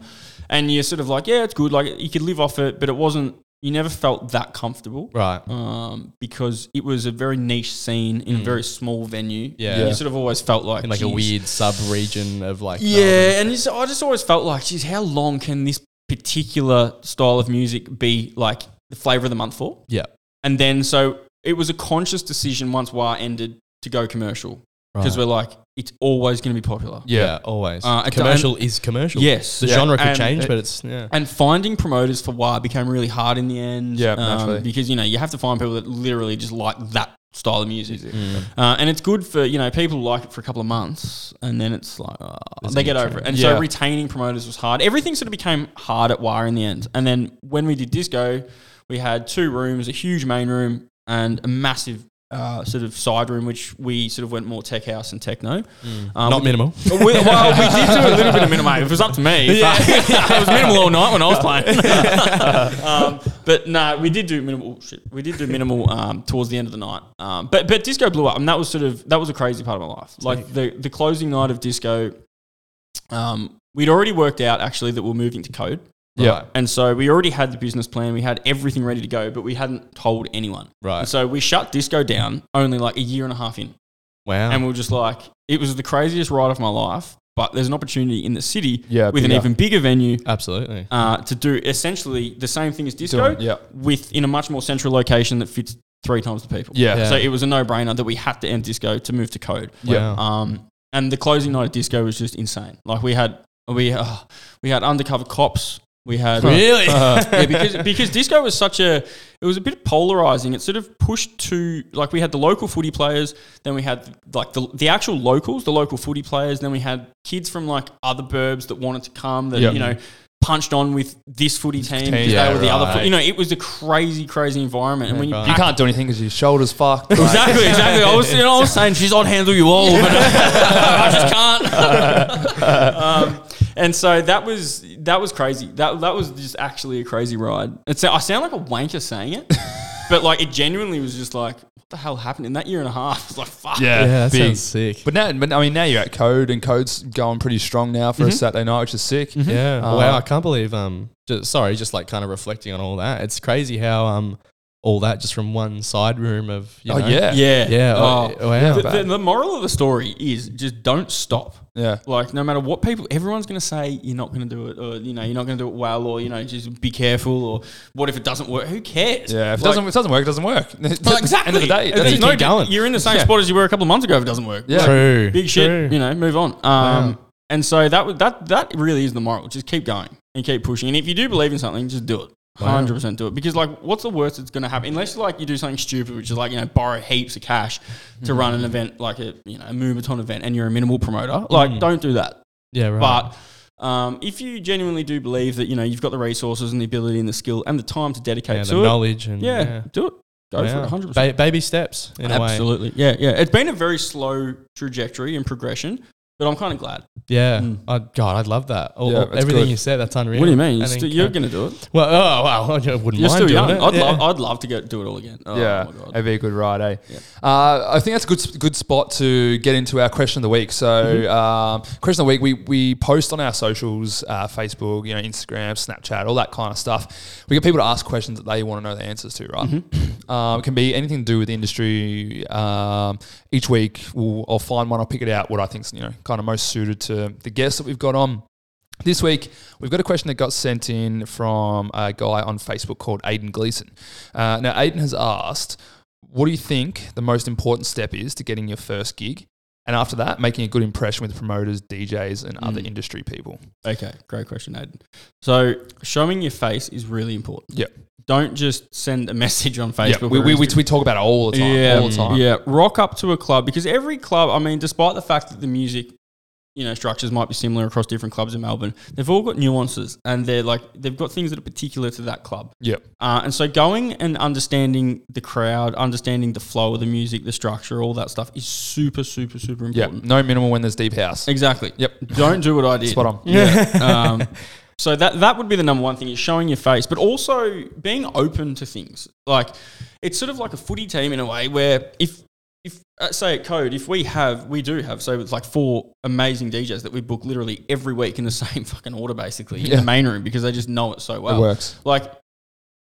And you're sort of like, yeah, it's good. Like, you could live off it, but it wasn't, you never felt that comfortable. Right. Mm. Um, because it was a very niche scene in a very small venue. Yeah. And you sort of always felt like In like a "Geez." weird sub region of like. Yeah, and it's, I just always felt like, geez, how long can this particular style of music be like the flavor of the month for? Yeah. And then so it was a conscious decision once WAR ended to go commercial because we're like it's always going to be popular. yeah, yeah. always Uh, and- commercial is commercial. Yes, the yeah, genre could and- change, but it's yeah. And finding promoters for why became really hard in the end. Yeah, um, naturally. because you know you have to find people that literally just like that style of music. Uh, and it's good for you know people like it for a couple of months, and then it's like oh, they get over it. And Yeah. so retaining promoters was hard. Everything sort of became hard at Wire in the end. And then when we did disco, we had two rooms, a huge main room, and a massive uh, sort of side room, which we sort of went more tech house and techno. Um, Not minimal. we, well, we did do a little bit of minimal. If it was up to me, but it was minimal all night when I was playing. um, but no, we did do minimal. oh, Shit, we did do minimal um, towards the end of the night. Um, but but disco blew up, and that was sort of that was a crazy part of my life. Like the the closing night of disco, um, we'd already worked out actually that we're moving to code, Yeah. and so we already had the business plan, we had everything ready to go, but we hadn't told anyone. And Right. so we shut disco down only like a year and a half in Uh-huh. Wow. and we were just like, it was the craziest ride of my life. But there's an opportunity in the city Yeah, with an bigger. even bigger venue Absolutely. uh, to do essentially the same thing as disco, Doing- yeah. with in a much more central location that fits three times the people. Yeah. Yeah. So it was a no-brainer that we had to end disco to move to code. Yeah. Wow. Um, and the closing night of disco was just insane. Like we had we uh, we had undercover cops. We had Really? Uh. yeah, because because disco was such a it was a bit polarizing. It sort of pushed to like we had the local footy players, then we had like the the actual locals, the local footy players, then we had kids from like other burbs that wanted to come that Yeah. you know punched on with this footy team because they Yeah, were the other right. footy. You know, it was a crazy crazy environment. And when you right. You can't do anything because your shoulders fucked. Like, Exactly, exactly. I was, you know, I was saying, she's on handle you all, but I just can't. um, and so that was that was crazy. That that was just actually a crazy ride. It's, I sound like a wanker saying it, but like it genuinely was just like, what the hell happened in that year and a half? It's like fuck. Yeah, yeah, that big. sounds sick. But now, but I mean, now you're at Code, and Code's going pretty strong now for a Saturday night, which is sick. Yeah. Uh, wow. I can't believe. Um. Just, sorry. Just like kind of reflecting on all that. It's crazy how um all that just from one side room of. You Oh know, yeah, yeah, Yeah. Oh. Oh, wow. The, the, the moral of the story is just don't stop. yeah. Like no matter what people, everyone's going to say you're not going to do it, or you know you're not going to do it well, or you know just be careful, or what if it doesn't work? Who cares? Yeah, if it Like, doesn't, if it doesn't work, it doesn't work. Well, exactly. End of the day. There's That's you it. no- keep going. You're in the same Yeah. spot as you were a couple of months ago if it doesn't work. Yeah. True. Big shit. You know, move on. Um, And so that, would- that, that really is the moral. Just keep going and keep pushing. And if you do believe in something, just do it. 100% do it. Because, like, what's the worst that's going to happen? Unless, like, you do something stupid, which is, like, you know, borrow heaps of cash to run Mm. an event, like a, you know, a Moomaton event, and you're a minimal promoter. Like, Mm. don't do that. Yeah. Right. But um, if you genuinely do believe that, you know, you've got the resources and the ability and the skill and the time to dedicate yeah, the to it, knowledge and yeah, yeah. do it. Go for Wow. it 100%. Ba- baby steps in a way. Absolutely. Yeah, yeah. It's been a very slow trajectory and progression, but I'm kind of glad. Yeah. Mm. I, God, I'd love that. All- Yeah, all- it's everything good. you said, that's unreal. What do you mean? You're, And then sti- you're ca- going to do it. Well, oh wow, I wouldn't You're mind still doing young. it. I'd, Yeah. love, I'd love to go do it all again. Oh, yeah, my God. it'd be a good ride, eh? Yeah. Uh, I think that's a good s- good spot to get into our question of the week. So, Mm-hmm. um, question of the week, we, we post on our socials, uh, Facebook, you know, Instagram, Snapchat, all that kind of stuff. We get people to ask questions that they want to know the answers to, right? Mm-hmm. Um, it can be anything to do with the industry. Um, each week, we'll, I'll find one, I'll pick it out, what I think's you know kind of most suited to the guests that we've got on. This week, we've got a question that got sent in from a guy on Facebook called Aiden Gleason. Uh, now, Aiden has asked, What do you think the most important step is to getting your first gig? And after that, making a good impression with promoters, DJs, and other Mm. industry people. Okay, great question, Aiden. So, showing your face is really important. Yeah. Don't just send a message on Yeah, Facebook. we, or we, we, Instagram. we talk about it all the time. Yeah, all the time. Yeah, rock up to a club because every club, I mean, despite the fact that the music, you know, structures might be similar across different clubs in Melbourne, they've all got nuances and they're like they've got things that are particular to that club. Yep. Uh, and so going and understanding the crowd, understanding the flow of the music, the structure, all that stuff is super, super, super Yeah. important. No minimal when there's deep house. Exactly. Yep. Don't do what I did. Spot on. Yeah. um, so that that would be the number one thing is showing your face, but also being open to things. Like it's sort of like a footy team in a way where if if uh, say at Code, if we have we do have so it's like four amazing DJs that we book literally every week in the same fucking order basically in Yeah. the main room because they just know it so well. It works. Like.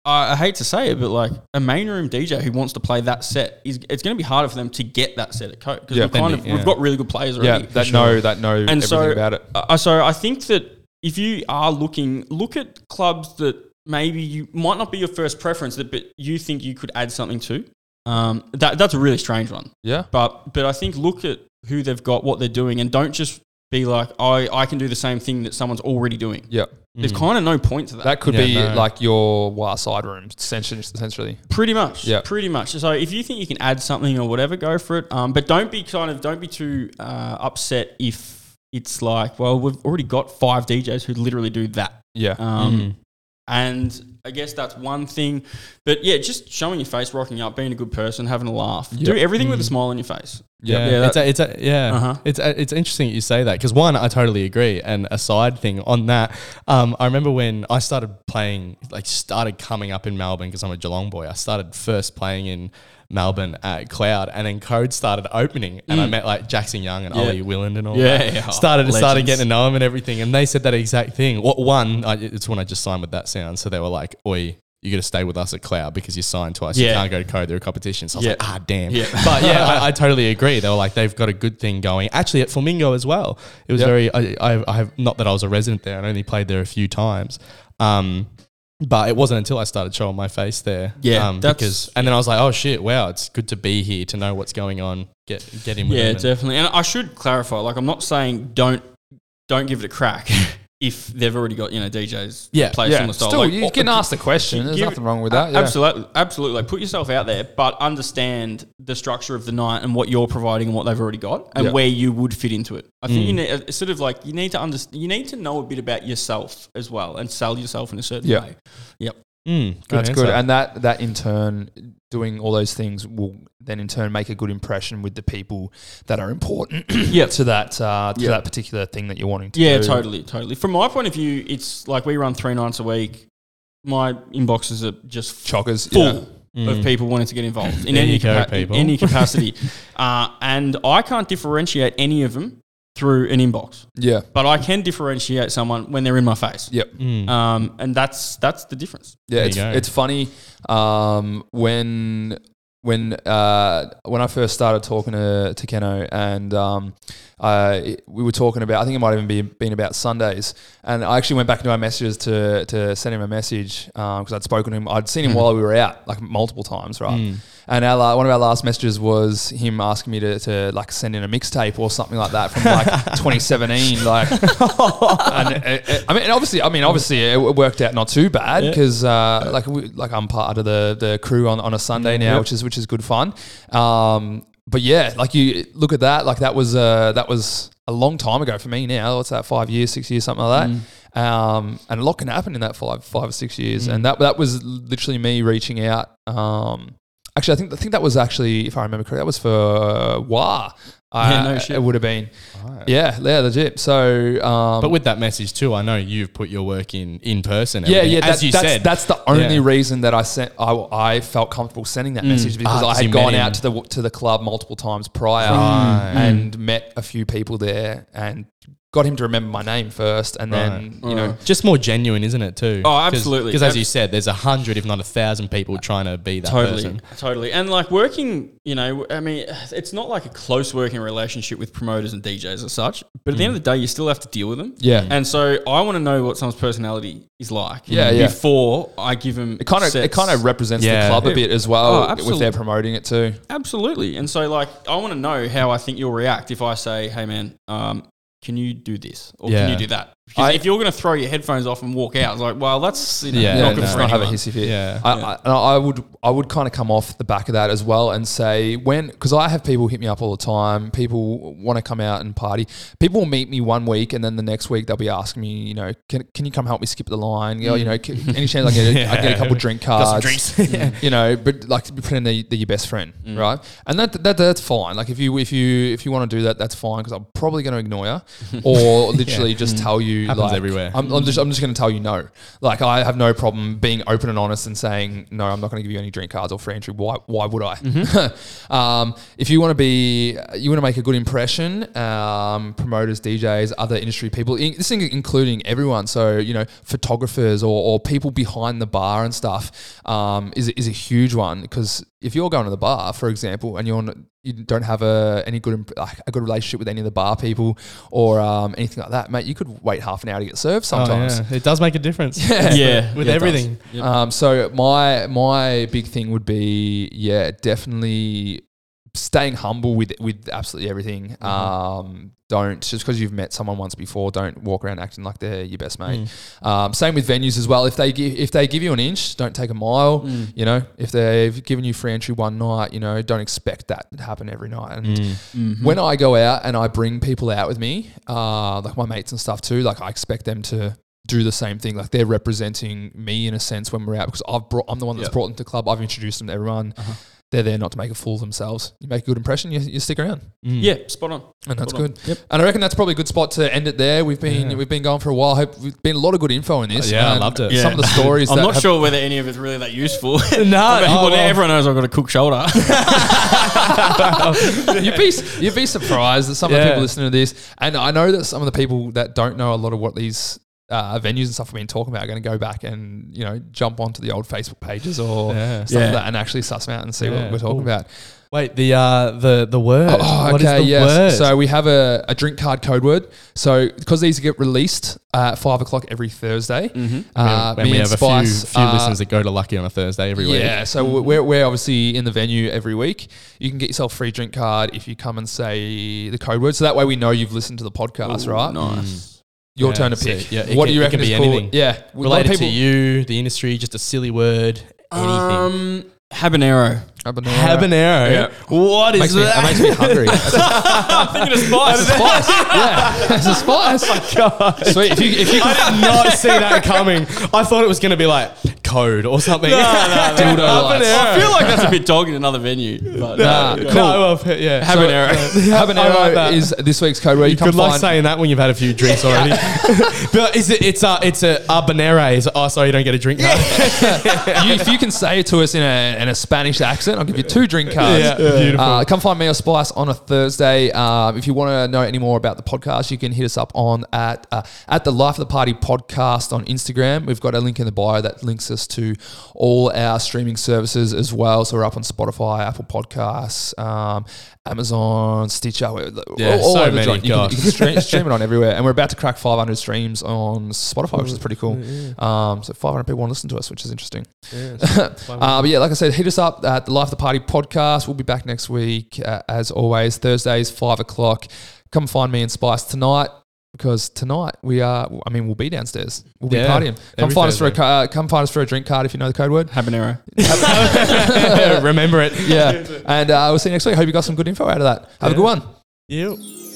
I I hate to say it, but like a main room DJ who wants to play that set is it's going to be harder for them to get that set at Code because Yeah. we're kind of Yeah. we've got really good players Yeah. already. That know, that know everything so- about it. Uh, so I think that if you are looking, look at clubs that maybe you might not be your first preference, that but you think you could add something to. Um, that that's a really strange one, Yeah. but but I think look at who they've got, what they're doing, and don't just be like, I, I can do the same thing that someone's already doing. Yeah. There's Mm-hmm. kind of no point to that. That could Yeah, be no. like your WA side room, essentially. essentially. Pretty much. Yeah. Pretty much. So if you think you can add something or whatever, go for it. Um, but don't be kind of don't be too uh, upset if it's like, well, we've already got five DJs who literally do that. Yeah. Um, And I guess that's one thing. But yeah, just showing your face, rocking up, being a good person, having a laugh. Do everything with a smile on your face. Mm-hmm. yeah. Yeah, Yeah, it's a, it's a, yeah, Uh-huh. it's a, it's interesting that you say that because one, I totally agree. And a side thing on that, um, I remember when I started playing, like started coming up in Melbourne because I'm a Geelong boy. I started first playing in Melbourne at Cloud, and then Code started opening, and I met like Jackson Young and Mm. Yeah. Ollie Willand and all. Yeah, that. yeah. started started Legends. getting to know him and everything, and they said that exact thing. What one? I, it's when I just signed with that sound, so they were like, "Oi." You got to stay with us at Cloud because you signed twice. You Yeah. can't go to Code. They're a competition. So I was Yeah. like, ah, damn. Yeah. But yeah, I, I totally agree. They were like, they've got a good thing going. Actually, at Flamingo as well, it was Yep. very. I, I, I have not that I was a resident there. I only played there a few times. Um, but it wasn't until I started showing my face there. Yeah, um, that's- because and then I was like, oh shit, wow, it's good to be here to know what's going on. Get get in with Yeah, them and- definitely. And I should clarify, like I'm not saying don't don't give it a crack if they've already got, you know, DJs Yeah, play Yeah. similar style. Still, Like, you or- can ask the question. There's give- nothing wrong with that. Uh, Yeah. Absolutely, absolutely. Like put yourself out there, but understand the structure of the night and what you're providing and what they've already got, and Yeah. where you would fit into it. I think you need it's sort of like you need to understand, you need to know a bit about yourself as well, and sell yourself in a certain Yeah. way. Mm, good That's good, answer. and that that in turn, doing all those things will then in turn make a good impression with the people that are important Yeah. to that uh, to Yeah. that particular thing that you're wanting to. Yeah, do. totally, totally. From my point of view, it's like we run three nights a week. My inboxes are just Chockers, full yeah. Mm. of people wanting to get involved in There any you go, capa- in people. any capacity, uh, and I can't differentiate any of them through an inbox, Yeah, but I can differentiate someone when they're in my face. yeah, Mm. Um, and that's that's the difference. yeah. you It's, go. it's funny um, when when uh, when I first started talking to, to Keno, and um, I, we were talking about, I think it might even be been about Sundays, and I actually went back into our messages to to send him a message because I'd spoken to him, I'd seen him Hmm. while we were out like multiple times, right? And our, la- one of our last messages was him asking me to, to like send in a mixtape or something like that from like 2017, like. and it, it- I mean, and obviously, I mean, obviously, it w- worked out not too bad because uh, like we, like I'm part of the the crew on, on a Sunday now, which is which is good fun. Um, but yeah, like you look at that, like that was uh, that was a long time ago for me. Now, what's that? Five years, six years, something like Mm. that. Um, and a lot can happen in that five five or six years. Mm. And that that was literally me reaching out. Um, actually, I think I think that was actually, if I remember correctly, that was for Wah. Yeah, Uh, no shit. It would have been. Right. Yeah, yeah, legit. So, um, But with that message too, I know you've put your work in in person. yeah, everything, yeah. As that- you that's, said, that's the only Yeah. reason that I sent. I, I felt comfortable sending that message because Ah, I 'cause had you met gone him. out to the to the club multiple times prior Right. and met a few people there and got him to remember my name first, and then you know, just more genuine, isn't it? Too. Oh, absolutely. Because as Ab- you said, there's a hundred, if not a thousand, people trying to be that Totally, person. totally. And like working, you know, I mean, it's not like a close working relationship with promoters and DJs as such. But at the end of the day, you still have to deal with them. Mm. yeah. And so I want to know what someone's personality is like Yeah, yeah. before I give them. It kind of it kind of represents Yeah. the club a bit as well Oh, if they're absolutely. promoting it too. Absolutely. And so, like, I want to know how I think you'll react if I say, hey, man, um, can you do this or Yeah. can you do that? Because I- if you're going to throw your headphones off and walk out, it's like, well, that's you know, Yeah, not Yeah, good just for not have a anyone. hissy fit. Yeah. I, I, and I would I would kind of come off the back of that as well and say when because I have people hit me up all the time. People want to come out and party. People will meet me one week and then the next week they'll be asking me, you know, can, can you come help me skip the line? You know, you know, can, any chance I get a, I get a couple drink cards? You know, but like pretend they're, they're your best friend, right? And that, that that's fine. Like if you if you if you want to do that, that's fine because I'm probably going to ignore you or literally just tell you Happens like, everywhere. I'm, I'm just I'm just going to tell you no. Like I have no problem being open and honest and saying no. I'm not going to give you any drink cards or free entry. Why Why would I? um, if you want to be, you want to make a good impression. Um, promoters, DJs, other industry people. In, this thing including everyone. So you know, photographers or, or people behind the bar and stuff um, is is a huge one because if you're going to the bar, for example, and you're n- you don't have a any good imp- like a good relationship with any of the bar people or um, anything like that, mate, you could wait half an hour to get served Oh, sometimes. yeah. It does make a difference. Yeah. With Yeah, it everything. does. Yep. Um, so my my big thing would be yeah, definitely staying humble with with absolutely everything. Um, don't just because you've met someone once before, don't walk around acting like they're your best mate. Um, same with venues as well. If they give if they give you an inch, don't take a mile. You know, if they've given you free entry one night, you know, don't expect that to happen every night. And Mm-hmm. when I go out and I bring people out with me, uh, like my mates and stuff too, like I expect them to do the same thing. Like they're representing me in a sense when we're out because I've brought, I'm the one that's Yeah. Uh-huh. brought them to the club. I've introduced them to everyone. They're there not to make a fool of themselves. You make a good impression, you, you stick around, Yeah, spot on. and that's Spot on. good. And I reckon that's probably a good spot to end it there. We've been Yeah. we've been going for a while. Hope we've been a lot of good info in this. Yeah, I and loved it. Some Oh, Yeah. of the stories. I'm that not have- sure whether any of it's really that useful. no, oh, well. everyone knows I've got a cook shoulder. you'd be you'd be surprised that some of Yeah. the people listening to this, and I know that some of the people that don't know a lot of what these uh, venues and stuff we've been talking about are going to go back and you know jump onto the old Facebook pages or Yeah. stuff Yeah. like that and actually suss them out and see Yeah. what we're talking Ooh. about. Wait, the uh, the the word. Oh, What is okay, the yes. word? So we have a, a drink card code word. So because these get released at five o'clock every Thursday, uh, and me we and have Spice, a few, few uh, listeners that go to Lucky on a Thursday every week. yeah, so we're, we're obviously in the venue every week. You can get yourself a free drink card if you come and say the code word. So that way we know you've listened to the podcast, right? Nice. Your Yeah, turn to so, pick. yeah, it what can- do you it reckon can is be cool? anything. Yeah, a lot of Related to people- you, the industry, just a silly word, Mm. anything. Um, habanero. Habanero. Habanero. Yeah. What is Makes me, that? it makes me hungry. That's a I'm thinking of spice. spice. Yeah, that's a spice. Sweet. If you, if you I did not see that coming. I thought it was going to be like code or something. No, no, Dildo lights. I feel like that's a bit dogged in another venue. But Nah, Yeah. cool. No, I've, yeah. So, Habanero. uh, I habanero like that. is this week's code word. You can Good luck find saying that when you've had a few drinks already. but is it? It's a. It's a habanero. Is oh, sorry, you don't get a drink. card. you, if you can say it to us in a, in a Spanish accent, I'll give you two drink cards. Yeah, Yeah. beautiful. Uh, come find me or Spice on a Thursday. Um, if you want to know any more about the podcast, you can hit us up on at uh, at the Life of the Party podcast on Instagram. We've got a link in the bio that links us to all our streaming services as well. So we're up on Spotify, Apple Podcasts, um, Amazon, Stitcher. we're- Yeah, so over the many, joint. You can, God. you can stream, stream it on everywhere, and we're about to crack 500 streams on Spotify, which is pretty cool. Um, so 500 people want to listen to us, which is interesting. Uh, but yeah, like I said, hit us up at the Life of the Party podcast. We'll be back next week, uh, as always, Thursdays, five o'clock. Come find me and Spice tonight because tonight we are. I mean, we'll be downstairs. We'll be Yeah, partying. Come every find us for a Thursday. ca- uh, come find us for a drink card if you know the code word. Habanero. Remember it. Yeah, and uh, we'll see you next week. Hope you got some good info out of that. Have a Yeah. good one. You.